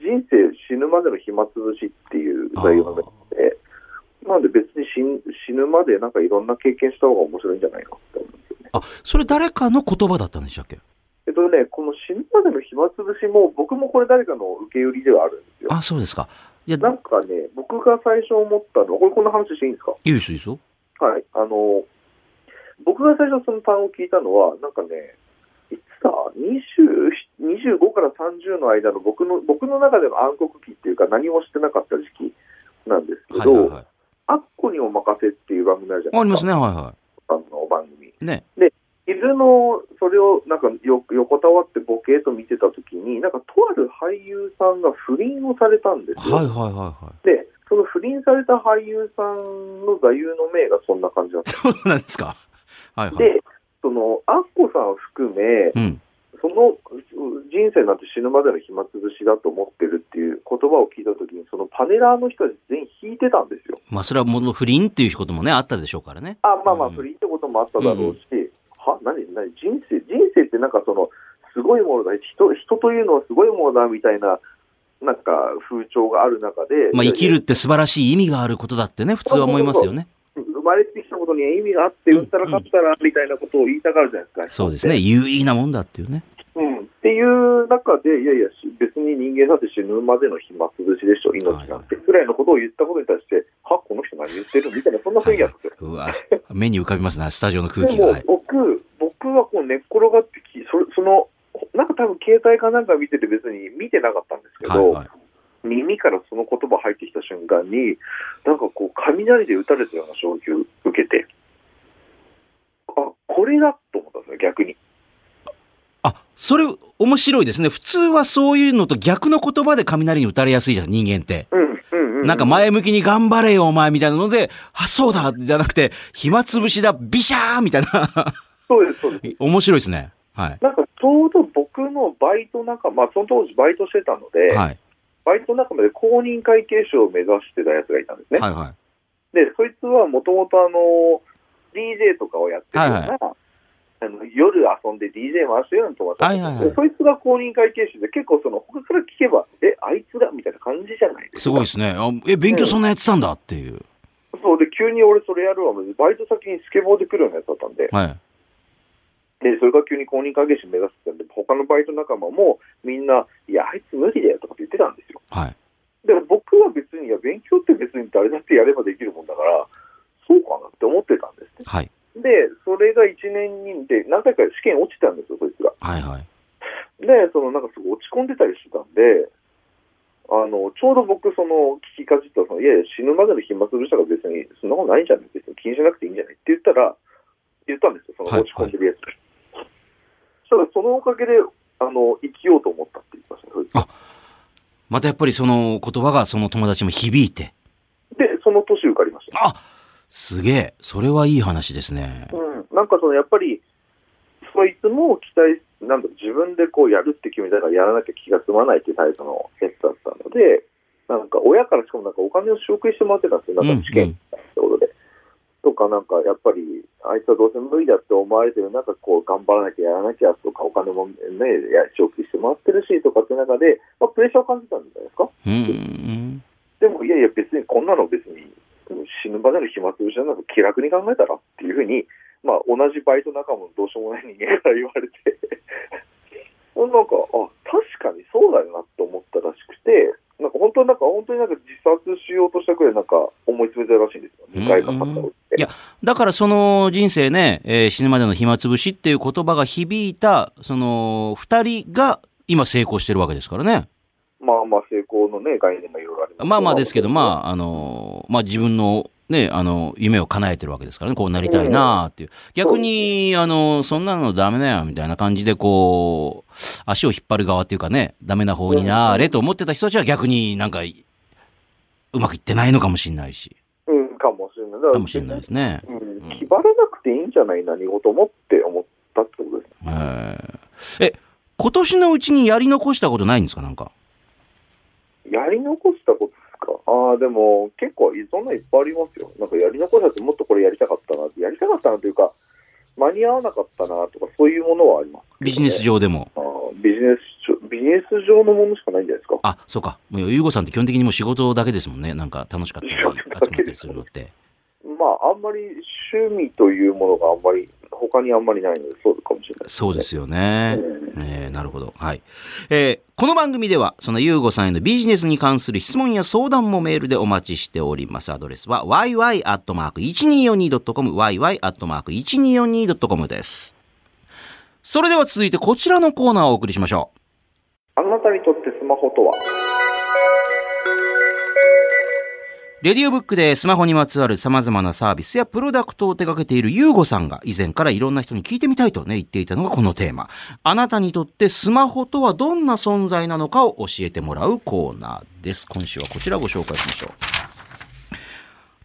S2: 人生死ぬまでの暇つぶしっていう座右の銘で、なので別に死ん死ぬまでなんかいろんな経験した方が面白いんじゃないかって思うんですよね。
S1: あ、それ誰かの言葉だったんでしたっけ
S2: えっとね、この死ぬまでの暇つぶしも、僕もこれ誰かの受け売りではあるんですよ。
S1: あ、そうですか。いや、
S2: なんかね、僕が最初思ったのは、これこんな話していいんですか
S1: いいですよ、いいですよ。
S2: はい、あの、僕が最初その単語を聞いたのは、なんかね、いつだ、20 25から30の間の僕の僕の中での暗黒期っていうか、何もしてなかった時期なんですけ
S1: はい
S2: ど、
S1: はいはい。
S2: あっこにお任せっていう番組あるじゃ
S1: あ
S2: な
S1: あ
S2: い
S1: り
S2: で
S1: ますす
S2: か、
S1: ね、はいは
S2: あの番組。
S1: い。ね。
S2: 昼の、それをなんかよ横たわってボケーと見てた時に、なんかとある俳優さんが不倫をされたんですよ。
S1: はいはいはい は
S2: で、その不倫された俳優さんの座右の銘がそんな感じだった。
S1: い。そうなんですかはいはい。
S2: で、その、アッコさんを含め、
S1: うん。
S2: そのう人生なんて死ぬまでの暇つぶしだと思ってるっていう言葉を聞いたときに、そのパネラーの人たち全員引いてたんですよ。
S1: まあ、それはもう不倫っていうこともね、あったでしょうからね。
S2: あ、まあまあ、
S1: うん
S2: 不倫ってこともあっただろうし、は、何、何、人生、人生ってなんかその、すごいものだ、人、人というのはすごいものだみたいな、なんか風潮がある中で、
S1: まあ、生き
S2: いやいや
S1: るって素晴らしい意味があることだってね、普通は思いますよね。
S2: うん生まれてきたことに意味があって、うんたらかったらみたいなことを言いたがるじゃないですか。
S1: そうですね。。有意義なもんだっていうね。
S2: うん、っていう中で、いやいや、し別に人間だって死ぬまでの暇つぶしでしょ、命なんて、くらいのことを言ったことに対して、は、この人何言ってるみたいな、そんな雰囲気だったんですよ。
S1: うわ、目に浮かびますな、スタジオの空
S2: で
S1: 気が。
S2: も
S1: はい、
S2: 僕、僕はこう寝っ転がってき、それその、なんか多分携帯かなんか見てて別に見てなかったんですけど、
S1: はい、はい。
S2: 耳からその言葉入ってきた瞬間に、なんかこう、雷で打たれたような衝撃を受けて、あ、これだと思ったんですよ、逆に。
S1: あ、それ、面白いですね。普通はそういうのと逆の言葉で雷に打たれやすいじゃん、人間って。
S2: うん、うん、うん。
S1: なんか前向きに頑張れよ、お前、みたいなので、あ、そうだじゃなくて、暇つぶしだ、ビシャーみたいな。
S2: そうです、そうです。
S1: 面白いですね。はい。
S2: なんかちょうど僕のバイト仲間、その当時バイトしてたので、
S1: はい。
S2: バイト仲間で公認会計士を目指してたやつがいたんですね。
S3: はいは
S2: で、そいつはもともとあの、DJ とかをやってるような、
S1: はい
S2: あの夜遊んで DJ 回してるような友達だったんで
S1: はい
S2: す
S1: はいはい
S2: でそいつが公認会計士で結構その、他から聞けば、え、あいつがみたいな感じじゃないです
S1: す
S2: か。
S1: ごいですね。あえ、勉強そんなやってたんだっていう。
S2: そうで、急に俺それやるわ、バイト先にスケボーで来るようなやつだったんで、
S1: はい。
S2: で、それが急に公認会計士目指してたんで、他のバイト仲間もみんな、いや、あいつ無理だよとかって言ってたんですよ。
S1: はい。
S2: でも僕は別に、いや、勉強って別に誰だってやればできるもんだから、そうかなって思ってたんですね。
S1: はい。
S2: で、それが1年にで、何回か試験落ちたんですよ、そいつが。
S1: はいはい。
S2: で、そのなんかすごい落ち込んでたりしてたんで、あの、ちょうど僕、その、聞きかじったその、いやいや、死ぬまでの暇つぶしとか別に、そんなことないんじゃない別に気にしなくていいんじゃないって言ったら、言ったんですよ、その
S1: はい
S2: 落ち込んでるやつに。そしたら、そのおかげで、あの、生きようと思ったって言いましたね、そいつ
S1: あまたやっぱりその言葉がその友達にも響いて。
S2: で、その年受かりました。
S1: あすげえ。それはいい話ですね。
S2: うん、なんかそのやっぱり、そいつも期待、なんだろう自分でこうやるって決めたからやらなきゃ気が済まないっていうタイプのやつだったので、なんか親からしかもなんかお金を仕送りしてもらってたんですよ、なんか試験ってことで。とか、なんかやっぱり、あいつはどうせ無理だって思われてる中、こう頑張らなきゃやらなきゃとか、お金もね、や仕送りしてもらってるしとかって中で、まあ、プレッシャーを感じたんじゃないですか。
S1: うんうん。
S2: でも、いやいや、別にこんなの別に死ぬまでの暇つぶしじゃなく気楽に考えたらっていうふうに、まあ、同じバイト仲間のどうしようもない人間から言われて、 なんか、あ、確かにそうだよなと思ったらしくて、なんか本当になんか、本当になんか自殺しようとしたくらいなんか思い詰めてたらしいんですよ。
S1: うん
S2: 向かいがったっ
S1: い
S2: て。
S1: や、だからその人生ね、えー死ぬまでの暇つぶしっていう言葉が響いた、その、二人が今成功してるわけですからね。
S2: まあまあ、成功のね、概念がいろいろあります
S1: まあまあですけど、まあ、あの、まあ自分の、ね、あの、夢を叶えてるわけですからね、こうなりたいなあっていう。逆に、あの、そんなのダメだよ、みたいな感じで、こう、足を引っ張る側っていうかね、ダメな方になれと思ってた人たちは逆になんか、うまくいってないのかもしれないし、
S2: あ。うん、かもしれない。だら
S1: かもしれないですね。
S2: うん、気張らなくていいんじゃない何事もって思ったってことですね。
S1: えーえ、今年のうちにやり残したことないんですかなんか。
S2: やり残したことですかああ、でも結構そんないっぱいありますよ。なんかやり残したってもっとこれやりたかったなって、やりたかったなというか、間に合わなかったなとか、そういうものはあります、
S1: ビジネス
S2: 上
S1: 上でも。
S2: あービジネス上。ビジネス上のものしかないんじゃないですか。
S1: あ、そうか。もう、ゆうごさんって基本的にもう仕事だけですもんね。なんか楽しかったり、集
S2: 仕
S1: ま
S2: 事だ
S1: っ
S2: け
S1: たりするのって。
S2: まあ、あんまり趣味というものがあんまり、他にあんまりないので、そうかもしれないですね、
S1: そうですよね。
S2: う
S1: えーなるほど。はい。えーこの番組では、そのゆうごさんへのビジネスに関する質問や相談もメールでお待ちしております。アドレスは yy.1242.com、yy.1242.com です。それでは続いてこちらのコーナーをお送りしましょう。
S2: あなたにとってスマホとは
S1: レディオブックでスマホにまつわる様々なサービスやプロダクトを手掛けているユーゴさんが以前からいろんな人に聞いてみたいとね言っていたのがこのテーマ。あなたにとってスマホとはどんな存在なのかを教えてもらうコーナーです。今週はこちらをご紹介しましょう。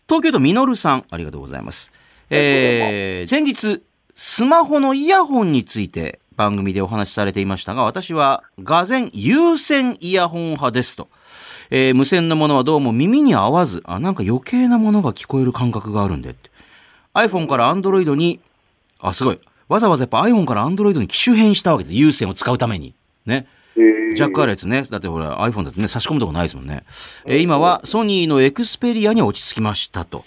S1: 東京都みのるさん、ありがとうございます。えー、前日、スマホのイヤホンについて番組でお話しされていましたが、私は、がぜ有線イヤホン派ですと。えー無線のものはどうも耳に合わず、あ、なんか余計なものが聞こえる感覚があるんでって。iPhone から Android に、あ、すごい。わざわざやっぱ iPhone から Android に機種変したわけです。有線を使うために。ね。
S2: えー
S1: ジャックあるやつね。だってほら、iPhone だってね、差し込むとこないですもんね。えー今はソニーのエクスペリアに落ち着きましたと。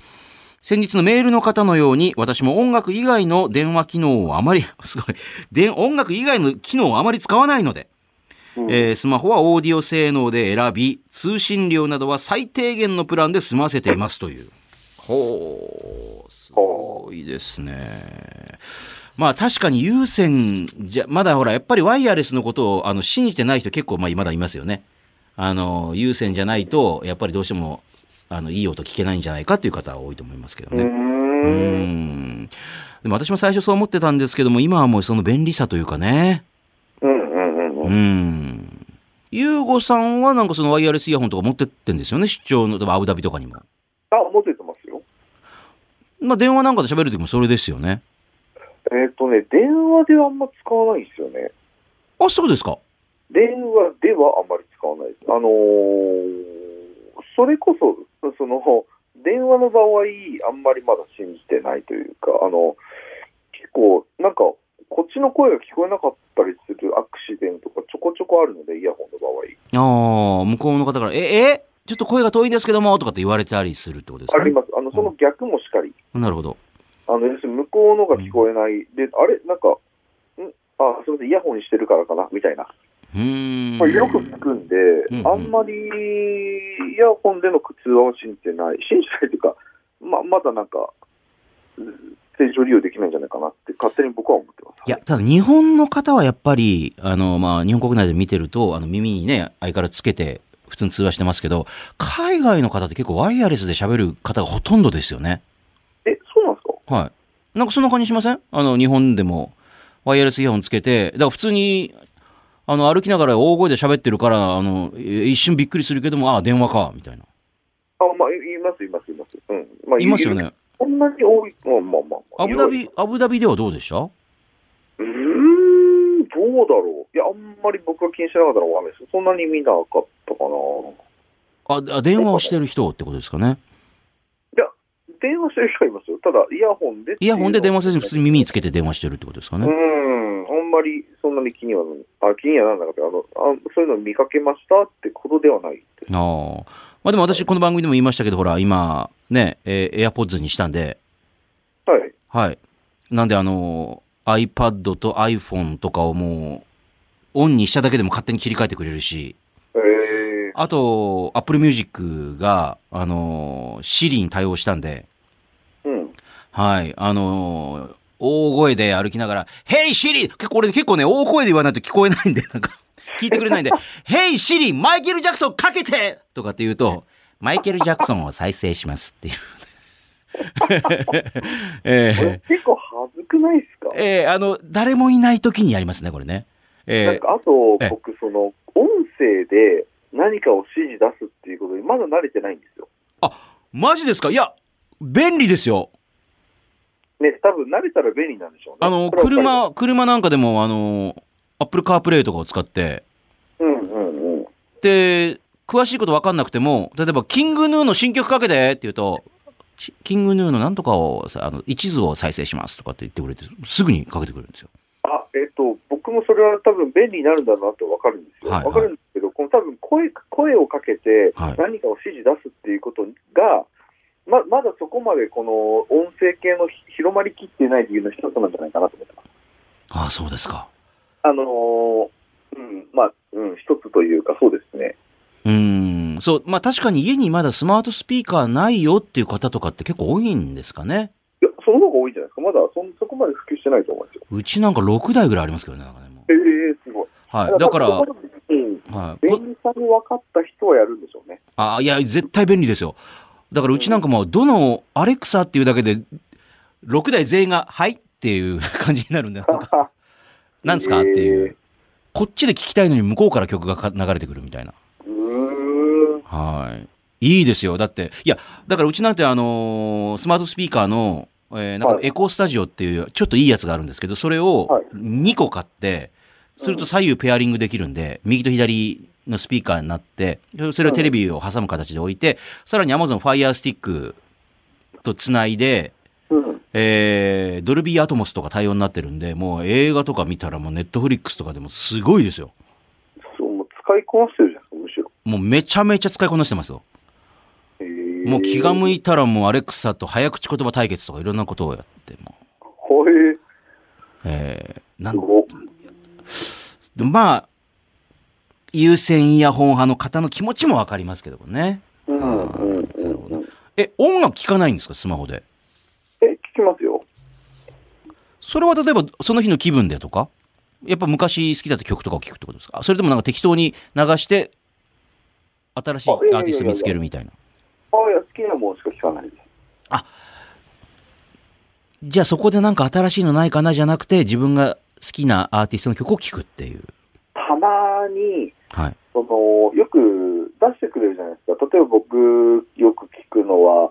S1: 先日のメールの方のように、私も音楽以外の電話機能をあまり、 すごい、電音楽以外の機能をあまり使わないので、
S2: うん
S1: えースマホはオーディオ性能で選び、通信量などは最低限のプランで済ませていますという。ほう、すごいですね。まあ確かに有線じゃ、まだほら、やっぱりワイヤレスのことをあの信じてない人結構まあまだいますよね。あの、有線じゃないと、やっぱりどうしても、あの、いい音聞けないんじゃないかっていう方は多いと思いますけど
S2: う
S1: ね。
S2: ー
S1: うー
S2: ん。
S1: ん。でも私も最初そう思ってたんですけども、今はもうその便利さというかね。
S2: うんうんうんう。
S1: うんん。ゆうごさんはなんかそのワイヤレスイヤホンとか持ってってんですよね、出張の、多分アブダビとかにも。
S2: あ、持っててますよ。
S1: まあ電話なんかで喋るときもそれですよね。
S2: えっ、とね、電話ではあんま使わないですよね。
S1: あ、そうですか。
S2: 電話ではあんまり使わないです。あのーそれこそ、その、電話の場合、あんまりまだ信じてないというか、あの、結構、なんか、こっちの声が聞こえなかったりするアクシデントがちょこちょこあるので、イヤホンの場合。
S1: ああ、向こうの方から、え、え、ちょっと声が遠いんですけども、とかって言われたりするってことです
S2: あ
S1: か、
S2: り
S1: ね、
S2: ます。あの、その逆もしかり。
S1: なるほど。
S2: あの、要するに向こうのが聞こえない。で、あれなんか、んあ、すみません、イヤホンしてるからかなみたいな。
S1: うーん。
S2: まあ、よく聞くんで、
S1: うん
S2: あんまりイヤホンでの通話を信じてない、信じてないというか、ままだなんか、うん正常利用できないんじゃないかなって、勝手に僕は思ってます。
S1: いや、ただ日本の方はやっぱり、あの、まあ、日本国内で見てると、あの、耳にね、相変わらずつけて、普通に通話してますけど、海外の方って結構ワイヤレスで喋る方がほとんどですよね。
S2: え、そうなんですか
S1: はい。なんかそんな感じしませんあの、日本でも、ワイヤレスイヤホンつけて、だから普通に、あの、歩きながら大声で喋ってるから、あの、一瞬びっくりするけども、ああ、電話か、みたいな。
S2: あ、まあ、いいます、います、います。うん。まあ、
S1: いますよ
S2: る。
S1: ね。
S2: そんなに多い。まあまあまあ、まあ。
S1: アブダ
S2: い
S1: ビ、アブダビではどうでした
S2: ろいろうーん、どうだろう。いや、あんまり僕は気にしてなかったらわかんないです。そんなに見なかったかな。
S1: あ、あ電話をしてる人ってことですかね。
S2: 電話してる人はいますよ。ただ、イヤホンでって
S1: イ
S2: いうの
S1: ヤ
S2: は。
S1: ホンで電話せずに普通に耳につけて電話してるってことですかね。
S2: うん、あんまりそんなに気にはなあ気にはならなかったけどあのあ、そういうのを見かけましたってことではないです。
S1: ああ。まあでも私、この番組でも言いましたけど、ほら、今、ね、えー、AirPods にしたんで、
S2: はい。
S1: はい。なんで、あのー、iPad と iPhone とかをもう、オンにしただけでも勝手に切り替えてくれるし、
S2: えー、
S1: あと、Apple Music が、あのー、Siri に対応したんで、
S2: うん。
S1: はい、あのー、大声で歩きながら、Hey Siri! 結構俺結構ね、大声で言わないと聞こえないんで、なんか、聞いてくれないん で、Hey Siri! マイケル・ジャクソンかけてとかって言うと、マイケル・ジャクソンを再生しますっていう。 え
S2: こ
S1: ー
S2: れ結構はずくないですか、
S1: えーあの、誰もいない時にやりますね、これね。
S2: なん
S1: えー
S2: かあと
S1: ええ、
S2: 僕、その、音声で何かを指示出すっていうことにまだ慣れてないんですよ。
S1: マジですかいや、便利ですよ。
S2: ね、多分慣れたら便利なんでしょうね。
S1: あの、
S2: これはわか
S1: 車、車なんかでも、あの、アップルカープレイとかを使って、
S2: ります。うんうんうん。
S1: で、詳しいこと分かんなくても、例えば、キングヌーの新曲かけてって言うと、しキングヌーのなんとかをさ、あの、一途を再生しますとかって言ってくれて、すぐにかけてくれるんですよ。
S2: あ、えっ、と、僕もそれは多分便利になるんだなってわかるんですよ。
S1: は
S2: わ、
S1: い
S2: かるんですけど、この多分声、声をかけて
S1: はい
S2: 何かを指示出すっていうことが、ま、まだそこまでこの音声系のひ広まりきってない理由の一つなんじゃないかなと思ってます。
S1: ああ、そうですか。
S2: あのーうん、まあ、うん、一つというか、そうですね。
S1: うーん。そう、まあ確かに家にまだスマートスピーカーないよっていう方とかって結構多いんですかね。
S2: いや、その方が多いんじゃないですか。まだそんそこまで普及してないと思うんですよ。
S1: うちなんか6台ぐらいありますけどね、なんかね。もう
S2: ええすごい。
S1: はい。だから、
S2: まあ
S1: は
S2: そこまでうん、
S1: い。
S2: 便利さも分かった人はやるんでしょうね。
S1: ああ、いや、絶対便利ですよ。だからうちなんかもう、どのアレクサっていうだけで、6台全員が、はいっていう感じになるんで、なんかなんですかっていう。こっちで聞きたいのに向こうから曲がか流れてくるみたいな。
S2: うーん。
S1: はい。いいですよ。だって、いや、だからうちなんてあのースマートスピーカーの、えーなんか
S2: はい
S1: エコースタジオっていう、ちょっといいやつがあるんですけど、それを
S2: はい
S1: 2個買って、すると左右ペアリングできるんで、右と左のスピーカーになって、それをテレビを挟む形で置いて、さらに Amazon Fire Stick とつないで、
S2: うん。
S1: えードルビーアトモスとか対応になってるんで、もう映画とか見たらもうネットフリックスとかでもすごいですよ。
S2: そう、もう使いこなしてるじゃないですか、むしろ。
S1: もうめちゃめちゃ使いこなしてますよ。
S2: ええ
S1: もう気が向いたらもうアレクサと早口言葉対決とかいろんなことをやってもう、
S2: こういう、
S1: えー、な
S2: す
S1: ん
S2: ごっ
S1: でまあ優先イヤホン派の方の気持ちもわかりますけどもね
S2: うんうんうんうん。
S1: え音楽聴かないんですかスマホで
S2: え、聞きますよ。
S1: それは例えばその日の気分でとかやっぱ昔好きだった曲とかを聴くってことですかそれともなんか適当に流して新しいアーティスト見つけるみたいな
S2: あいや、好きなものしか聞かないです。
S1: じゃあそこでなんか新しいのないかなじゃなくて自分が好きなアーティストの曲を聴くっていう
S2: たまに、
S1: はい
S2: その、よく出してくれるじゃないですか。例えば僕、よく聞くのは、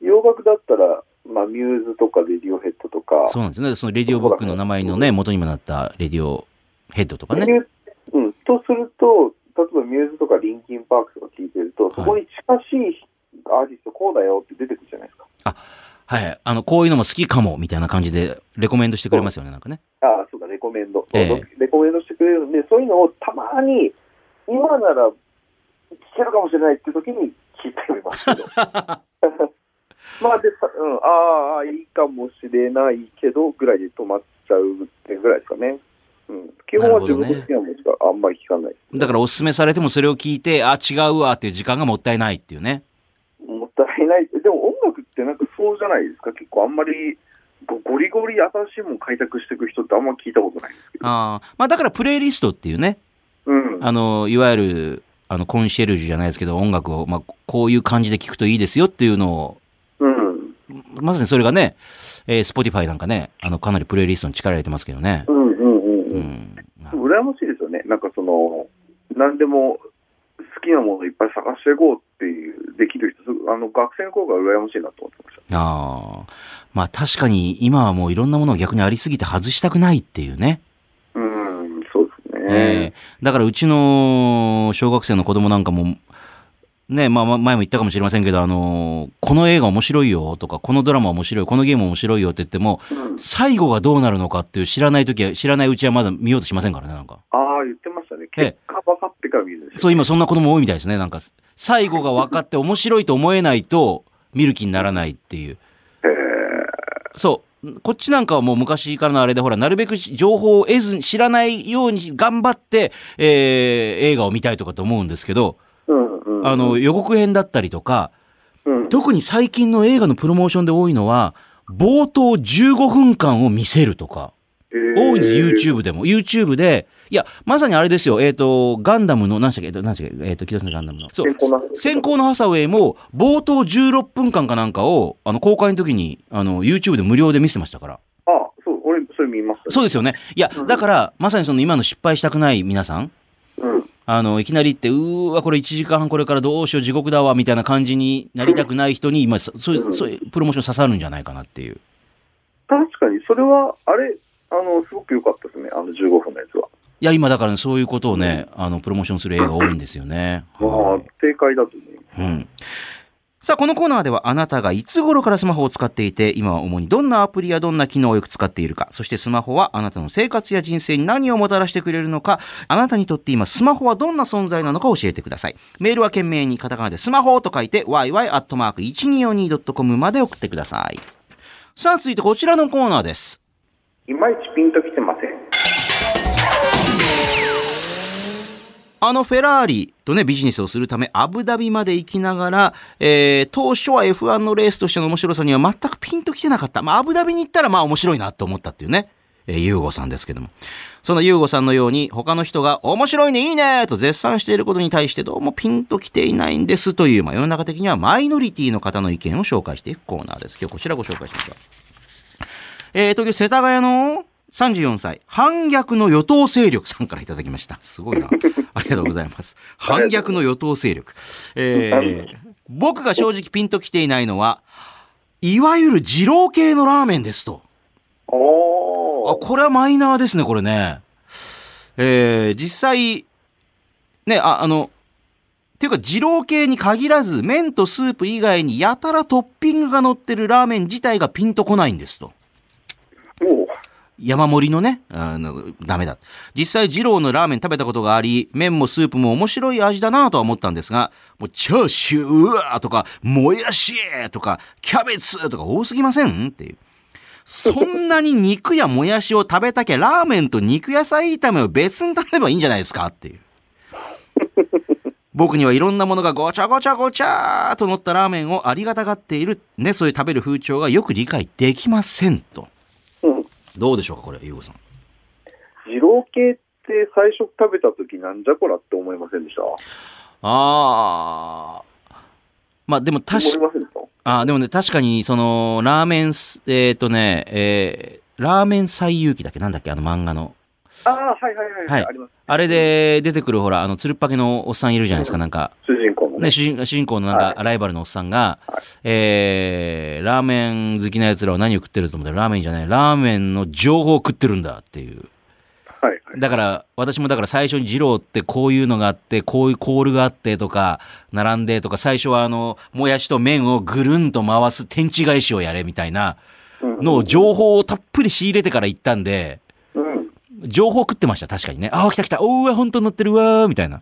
S2: 洋楽だったら、まあ、ミューズとかレディオヘッドとか、
S1: そうなんですねそのレディオブックの名前のね元にもなったレディオヘッドとかね
S2: ミューうん、とすると、例えばミューズとかリンキンパークとか聞いてると、そこに近しいアーティストこうだよって出てくるじゃないですか。
S1: はいあのこういうのも好きかもみたいな感じでレコメンドしてくれますよねなんかね
S2: ああ、そうだ、レコメンド。
S1: ええ
S2: レコメンドしてくれるんで、そういうのをたまに、今なら聞けるかもしれないって時に聞いてみますけ ど。まあで、さうん、ああ、いいかもしれないけど、ぐらいで止まっちゃうってぐらいですかね。うん、基本は自分の好きなものしかあんまり聞かないですね、
S1: だからおすすめされてもそれを聞いてあ違うわっていう時間がもったいないっていうね
S2: もったいない。でも音楽ってなんかそうじゃないですか。結構あんまりゴゴリゴリ新しいもの開拓していく人ってあんま聞いたことないですけど。
S1: あーまあだからプレイリストっていうね
S2: うん。
S1: あのいわゆるあのコンシェルジュじゃないですけど音楽を、まあ、こういう感じで聞くといいですよっていうのを
S2: うん。
S1: まさにそれがね、えー、Spotify なんかねあのかなりプレイリストに力入れてますけどね、
S2: うんうんうんうん。
S1: うん、
S2: 羨ましいですよね、なんかその、何でも好きなものいっぱい探していこうっていう、できる人、すごいあの学生の頃から羨ましいなと思ってました。
S1: あーまあ確かに今はもういろんなものが逆にありすぎて外したくないっていうね、
S2: うん、そうです
S1: え
S2: ね。
S1: ーだからうちの小学生の子供なんかもねまあ、ま前も言ったかもしれませんけど、あのこの映画面白いよとか、このドラマ面白い、このゲーム面白いよって言っても、
S2: うん
S1: 最後がどうなるのかっていう知らない時は、知らないうちはまだ見ようとしませんからね、なんか。
S2: ああ、言ってましたね。
S1: ええ
S2: 結果分かってから見るんです
S1: そ
S2: よ。
S1: う、今そんな子供多いみたいですね、なんか。最後が分かって面白いと思えないと、見る気にならないっていう。
S2: へえ
S1: そう。こっちなんかはもう昔からのあれで、ほら、なるべく情報を得ず、知らないように頑張って、えー映画を見たいとかと思うんですけど、
S2: うんうん、
S1: あの、予告編だったりとか、
S2: うん、
S1: 特に最近の映画のプロモーションで多いのは、冒頭15分間を見せるとか。多いんです、
S2: YouTube。
S1: YouTube でも。YouTube で、いや、まさにあれですよ、えっ、と、ガンダムの、何でしたっけ、えっ、と、何でしたっけ、えっ、と、木戸さんのガンダムの。そう
S2: 先行のハサウ
S1: 先行のハサウ
S2: ェイ、
S1: ェイも、冒頭16分間かなんかを、あの、公開の時に、あの、YouTube で無料で見せてましたから。
S2: ああ、そう、俺、それ見ました、
S1: そうですよね。いや
S2: う、ん
S1: だから、まさにその今の失敗したくない皆さん、
S2: うん。
S1: あの、いきなりって、うーわ、これ1時間半これからどうしよう、地獄だわ、みたいな感じになりたくない人に、今、そそういう、そういうプロモーション刺さるんじゃないかなっていう。
S2: 確かに、それは、あれ、あの、すごく良かったですね、あの15分のやつは。
S1: いや、今だからね、そういうことをね、あの、プロモーションする映画多いんですよね。
S2: あ
S1: は
S2: あ
S1: い、
S2: 正解だと思います。
S1: うん。さあ、このコーナーではあなたがいつ頃からスマホを使っていて、今は主にどんなアプリやどんな機能をよく使っているか、そしてスマホはあなたの生活や人生に何をもたらしてくれるのか、あなたにとって今スマホはどんな存在なのか教えてください。メールは懸命にカタカナでスマホと書いて、yy.1242.com まで送ってください。さあ、続いてこちらのコーナーです。
S2: いまいちピンときてません。
S1: あのフェラーリとね、ビジネスをするため、アブダビまで行きながら、えー、当初は F1 のレースとしての面白さには全くピンときてなかった。まあ、アブダビに行ったらまあ面白いなと思ったっていうね、えー、ユーゴさんですけども。そのユーゴさんのように、他の人が面白いね、いいねと絶賛していることに対してどうもピンときていないんですという、まあ、世の中的にはマイノリティの方の意見を紹介していくコーナーです。今日こちらご紹介しましょう。えー、東京世田谷の34歳、反逆の与党勢力さんからいただきました。すごいな。ありがとうございます。反逆の与党勢力。えー、僕が正直ピンときていないのは、いわゆる二郎系のラーメンですと。
S2: お
S1: あ、これはマイナーですね、これね。えー、実際、ね、あ、あの、っていうか、二郎系に限らず、麺とスープ以外にやたらトッピングが乗ってるラーメン自体がピンとこないんですと。
S2: お。
S1: 山盛りのね、あの、ダメだ。実際、二郎のラーメン食べたことがあり、麺もスープも面白い味だなぁとは思ったんですが、もう、チャーシューうわーとか、もやしとか、キャベツとか多すぎませんっていう。そんなに肉やもやしを食べたきゃ、ラーメンと肉野菜炒めを別に食べればいいんじゃないですかっていう。僕にはいろんなものがごちゃごちゃごちゃーと乗ったラーメンをありがたがっている、ね、そういう食べる風潮がよく理解できませんと。
S2: うん。
S1: どうでしょうか、これ、ゆうごさん。
S2: 二郎系って最初食べた時なんじゃこらって思いませんでした
S1: あー。まあでも確
S2: 思い
S1: か、
S2: ませんでした
S1: あーでもね、確かに、その、ラーメンす、えっ、とね、えーラーメン最遊記だっけなんだっけあの漫画の。
S2: ああ、はいはいはい、
S1: はい
S2: あります。
S1: あれで出てくる、ほら、あの、つるっぱげのおっさんいるじゃないですか、なんか。
S2: 主人公のね。
S1: ね、主人主人公のなんかライバルのおっさんが、えー、ラーメン好きな奴らは何を食ってると思ったらラーメンじゃない、ラーメンの情報を食ってるんだっていう。
S2: はいはい。
S1: だから、私もだから最初に二郎ってこういうのがあって、こういうコールがあってとか、並んでとか、最初はあの、もやしと麺をぐるんと回す天地返しをやれみたいな
S2: うん
S1: のを情報をたっぷり仕入れてから行ったんで、
S2: うん。
S1: 情報食ってました、確かにね。ああ、来た来た、おーうわ、本当乗ってるわー、みたいな。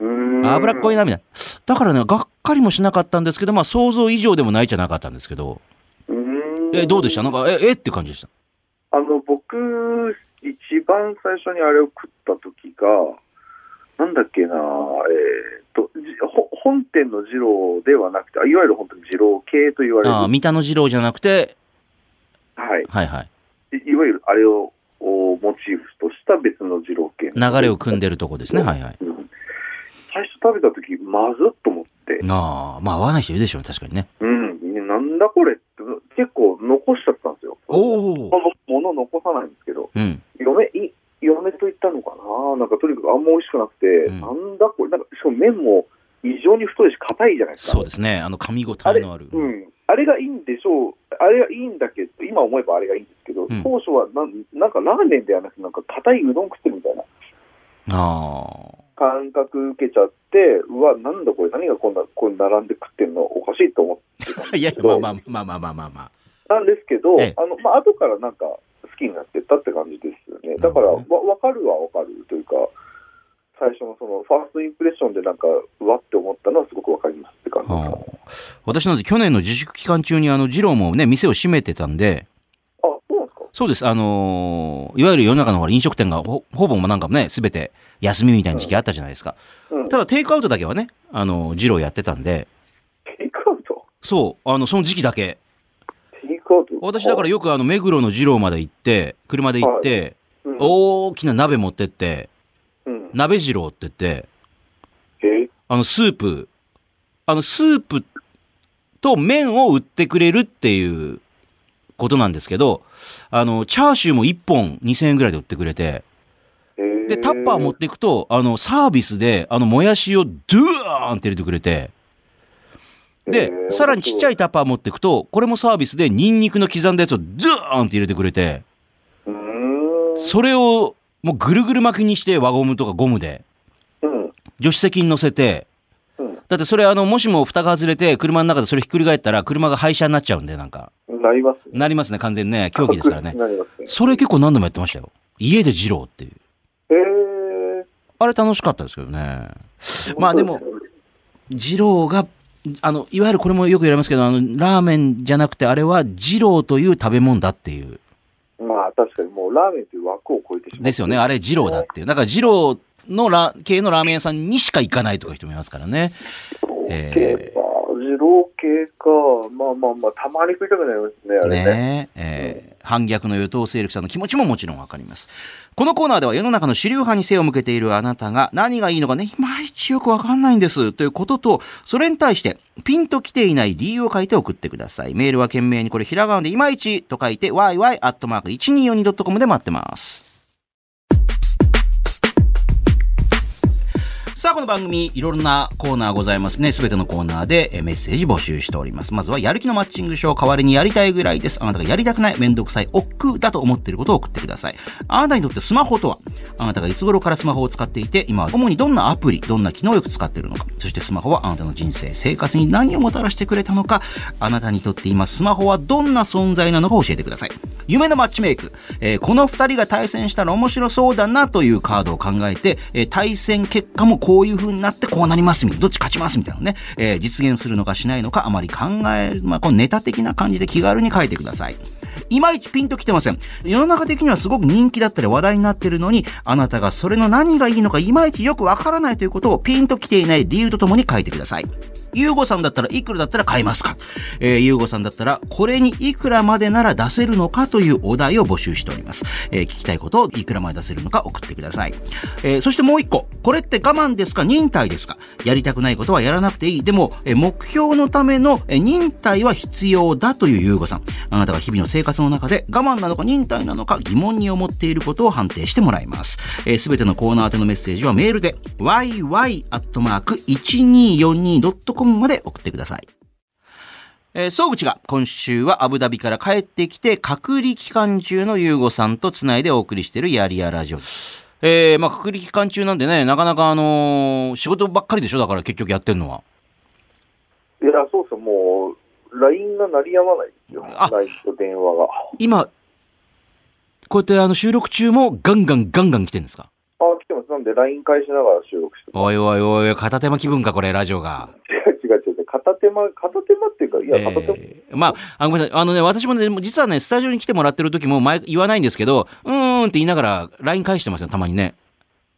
S2: うーん。
S1: 脂っこいな、みたいな。だからね、がっかりもしなかったんですけど、まあ想像以上でもないじゃなかったんですけど、
S2: うーん。
S1: え、どうでしたなんか、え、えって感じでした。
S2: あの、僕、一番最初にあれを食った時が、なんだっけな、えっと、じほ本店の二郎ではなくて、あいわゆる本当に二郎系と言われる、
S1: ああ、三田の二郎じゃなくて、
S2: はい、
S1: はいはい。
S2: いいわゆるあれをおモチーフとした別の二郎系
S1: 流れを組んでるとこですね、はいはい。
S2: うん最初食べた時、まずっと思って、
S1: ああ、まあ合わない人いるでしょうね、確かにね。
S2: うん、ねなんだこれって、結構残しちゃったんですよ。
S1: お
S2: まあ。僕物残さないんですけど、
S1: うん。
S2: 嫁い嫁と言ったのかな、なんかとにかくあんま美味しくなくて、
S1: ん
S2: なんだこれ、なんかしかも麺も異常に太いし、硬いじゃないですか。
S1: そうですね。あの、噛み応
S2: あ
S1: え
S2: れ
S1: のある。
S2: うん、あれがいいんでしょう、あれがいいんだけど、今思えばあれがいいんですけど、
S1: ん
S2: 当初はなんなんかラーメンではなくて、なんか硬いうどん食ってるみたいな
S1: ああ。
S2: 感覚受けちゃって、うわ、なんだこれ、何がこんな、これ並んで食ってるの、おかしいと思ってたんですけど
S1: いやいや、まあまあまあまあまあまあまあ。
S2: なんですけど、
S1: ええ
S2: あのまあ後からなんか好きになってったって感じですよね。だから、
S1: な
S2: わ
S1: る
S2: 分かるは分かるというか、最初のそのファーストインプレッションでなんか、うわって思ったのはすごく分かりますって感じですか
S1: はあ私なんて去年の自粛期間中に、あの、二郎もね、店を閉めてたんで、
S2: あ、そうなんですか
S1: そうです。あのーいわゆる世の中のほら飲食店がほほぼなんかね、すべて休みみたいな時期あったじゃないですか。
S2: うん
S1: ただ、テイクアウトだけはね、あの、二郎やってたんで、
S2: テイクアウト
S1: そう、あの、その時期だけ。
S2: テイクアウト
S1: 私だからよくあの、目黒の二郎まで行って、車で行って、
S2: うん
S1: 大きな鍋持ってって、
S2: うん。
S1: 鍋二郎って言って、
S2: え
S1: あの、スープ、あの、スープと麺を売ってくれるっていうことなんですけど、あの、チャーシューも1本2000円ぐらいで売ってくれて、
S2: え
S1: で、タッパー持っていくと、あの、サービスで、あの、もやしをドゥーンって入れてくれて、で、さらにちっちゃ
S2: い。
S1: いタッパー持っていくと、これもサービスで、ニンニクの刻んだやつをドゥーンって入れてくれて、
S2: うーん。
S1: それを、もうぐるぐる巻きにして、輪ゴムとかゴムで、
S2: うん。
S1: 助手席に乗せて、
S2: う
S1: だってそれあの、もしも蓋が外れて、車の中でそれひっくり返ったら、車が廃車になっちゃうんで、なんか。
S2: ん。なりますね。
S1: なりますね、完全にね。狂気ですからね。
S2: なりますね。
S1: それ結構何度もやってましたよ。家で二郎っていう。
S2: え
S1: あれ楽しかったですけどね。
S2: ー
S1: まあでも、二郎が、あの、いわゆるこれもよく言われますけど、あの、ラーメンじゃなくて、あれは二郎という食べ物だっていう。
S2: まあ確かにもうラーメンという枠を超えてしまう。
S1: ですよね。あれ二郎だっていう。だから二郎のラ、系のラーメン屋さんにしか行かないとか人もいますからね。
S2: 系か、二郎系か、まあまあまあ、たまに食いたくなりますね、あれね。
S1: ねえー反逆の与党勢力者の気持ちももちろんわかります。このコーナーでは世の中の主流派に背を向けているあなたが何がいいのかね、いまいちよくわかんないんですということと、それに対してピンと来ていない理由を書いて送ってください。メールは懸命にこれひらがなでいまいちと書いて yy.1242.com で待ってます。さあ、この番組、いろんなコーナーございますね。すべてのコーナーでえーメッセージ募集しております。まずは、やる気のマッチングショー、代わりにやりたいぐらいです。あなたがやりたくない、めんどくさい、億劫だと思っていることを送ってください。あなたにとってスマホとはあなたがいつ頃からスマホを使っていて、今は主にどんなアプリ、どんな機能をよく使っているのか、そしてスマホはあなたの人生、生活に何をもたらしてくれたのか、あなたにとって今スマホはどんな存在なのか教えてください。夢のマッチメイク、えーこの2人が対戦したら面白そうだなというカードを考えて、えー対戦結果もこういう風になってこうなりますみたいな、どっち勝ちますみたいなのね、えー実現するのかしないのかあまり考える、まあ、こうネタ的な感じで気軽に書いてください。いまいちピンときてません。世の中的にはすごく人気だったり話題になってるのに、あなたがそれの何がいいのかいまいちよくわからないということをピンときていない理由とともに書いてください。ゆうごさんだったらいくらだったら買えますかえー、ゆうごさんだったらこれにいくらまでなら出せるのかというお題を募集しております。えー聞きたいことをいくらまで出せるのか送ってください。えーそしてもう一個。これって我慢ですか忍耐ですかやりたくないことはやらなくていい。でも、えー目標のためのえー忍耐は必要だというゆうごさん。あなたが日々の生活の中で我慢なのか忍耐なのか疑問に思っていることを判定してもらいます。す、えー、べてのコーナー宛てのメッセージはメールで yy.1242.com まで送ってください。えー、総口が今週はアブダビから帰ってきて隔離期間中のユーゴさんとつないでお送りしているやりやラジオです。えー、まあ隔離期間中なんでね、なかなかあのー仕事ばっかりでしょだから結局やってんのは。
S2: いや、そうですよもう、LINE が鳴りやまないですよ。
S1: あ
S2: LINE と電話が。
S1: 今、こうやってあの収録中もガンガンガンガン来てんですか
S2: あ、来てます。なんで LINE 返しながら収録してま
S1: おいおいおい、片手間気分かこれ、ラジオが。
S2: す。違う違う違う。片手間、片手間っていうか、いや、片手間。
S1: えーまあ、あごめんなさい。あのね、私もね、実はね、スタジオに来てもらってる時も前言わないんですけど、うーんって言いながら LINE 返してますよ、たまにね。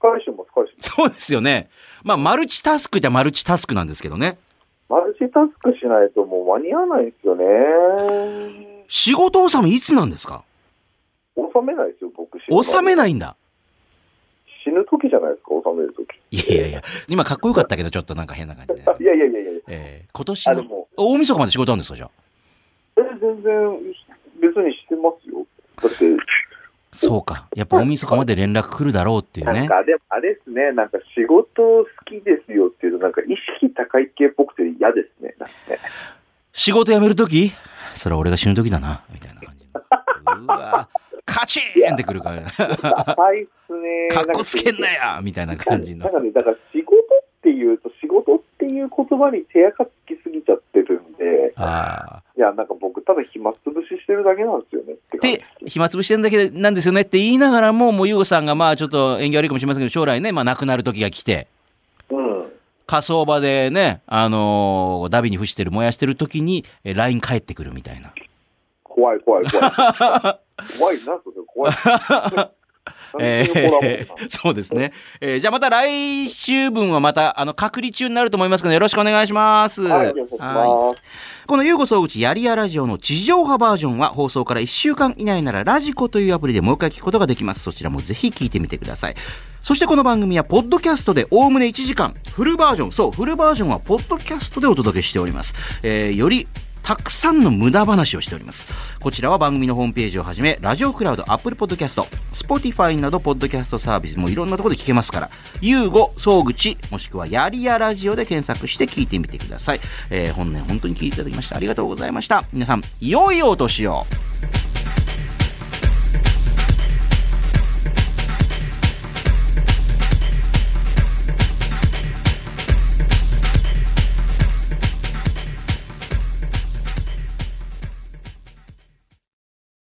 S2: 返してます、返してま す。
S1: そうですよね。まあ、マルチタスクじゃマルチタスクなんですけどね。
S2: マルチタスクしないともう間に合わないですよね。
S1: 仕事納めいつなんですか
S2: 収めないですよ、僕。
S1: 納め
S2: い
S1: ないんだ。
S2: 死ぬ時じゃないですか、収める時。
S1: いやいやいや、今かっこよかったけど、ちょっとなんか変な感じで。
S2: いやいやいやいや。
S1: えー今年
S2: あで
S1: の
S2: も
S1: 大晦日まで仕事あるんですか、じゃあ。
S2: え、全然、別にしてますよ。だって、
S1: そうか。やっぱ大晦日まで連絡来るだろうっていう
S2: なん
S1: ね。
S2: か、でもあれですね、なんか仕事好きですよっていうと、なんか意識高い系っぽくて嫌ですね。なんかね
S1: 仕事辞めるときそれは俺が死ぬときだな。みたいな感じ。うわカチーンってくるから。
S2: 高いっす ね。
S1: かっこつけんなやみたいな感じ
S2: な
S1: の
S2: ん。かね、だから仕事っていうと、仕事っていう言葉に手垢つきすぎちゃってるんで、
S1: ああ。
S2: いや、なんか僕、ただ暇つぶししてるだけなんですよねって感じ
S1: で、暇つぶしてるだけなんですよねって言いながらも、もうゆうごさんがまあちょっと縁起悪いかもしれませんけど、将来ね、まあ亡くなる時が来て、
S2: うん。
S1: 火葬場でね、あのーダビに伏してる、燃やしてる時に、え LINE 返ってくるみたいな。
S2: 怖い怖い怖い。怖いな、それ 怖い。
S1: え
S2: なんでこれ
S1: ー そうですね。えーじゃあまた来週分はまた、あの、隔離中になると思いますので、よろしくお願いします。
S2: はい、ありがとうござい
S1: はい
S2: ます。
S1: このユーゴ総口やりやラジオの地上波バージョンは放送から1週間以内ならラジコというアプリでもう一回聞くことができます。そちらもぜひ聞いてみてください。そしてこの番組はポッドキャストでおおむね1時間、フルバージョン、そう、フルバージョンはポッドキャストでお届けしております。えーよりたくさんの無駄話をしております。こちらは番組のホームページをはじめ、ラジオクラウド、アップルポッドキャスト、スポティファイなど、ポッドキャストサービスもいろんなところで聞けますから、ゆうご、総口、もしくはやりやラジオで検索して聞いてみてください。えー本年本当に聞いていただきましてありがとうございました。皆さん、良いお年を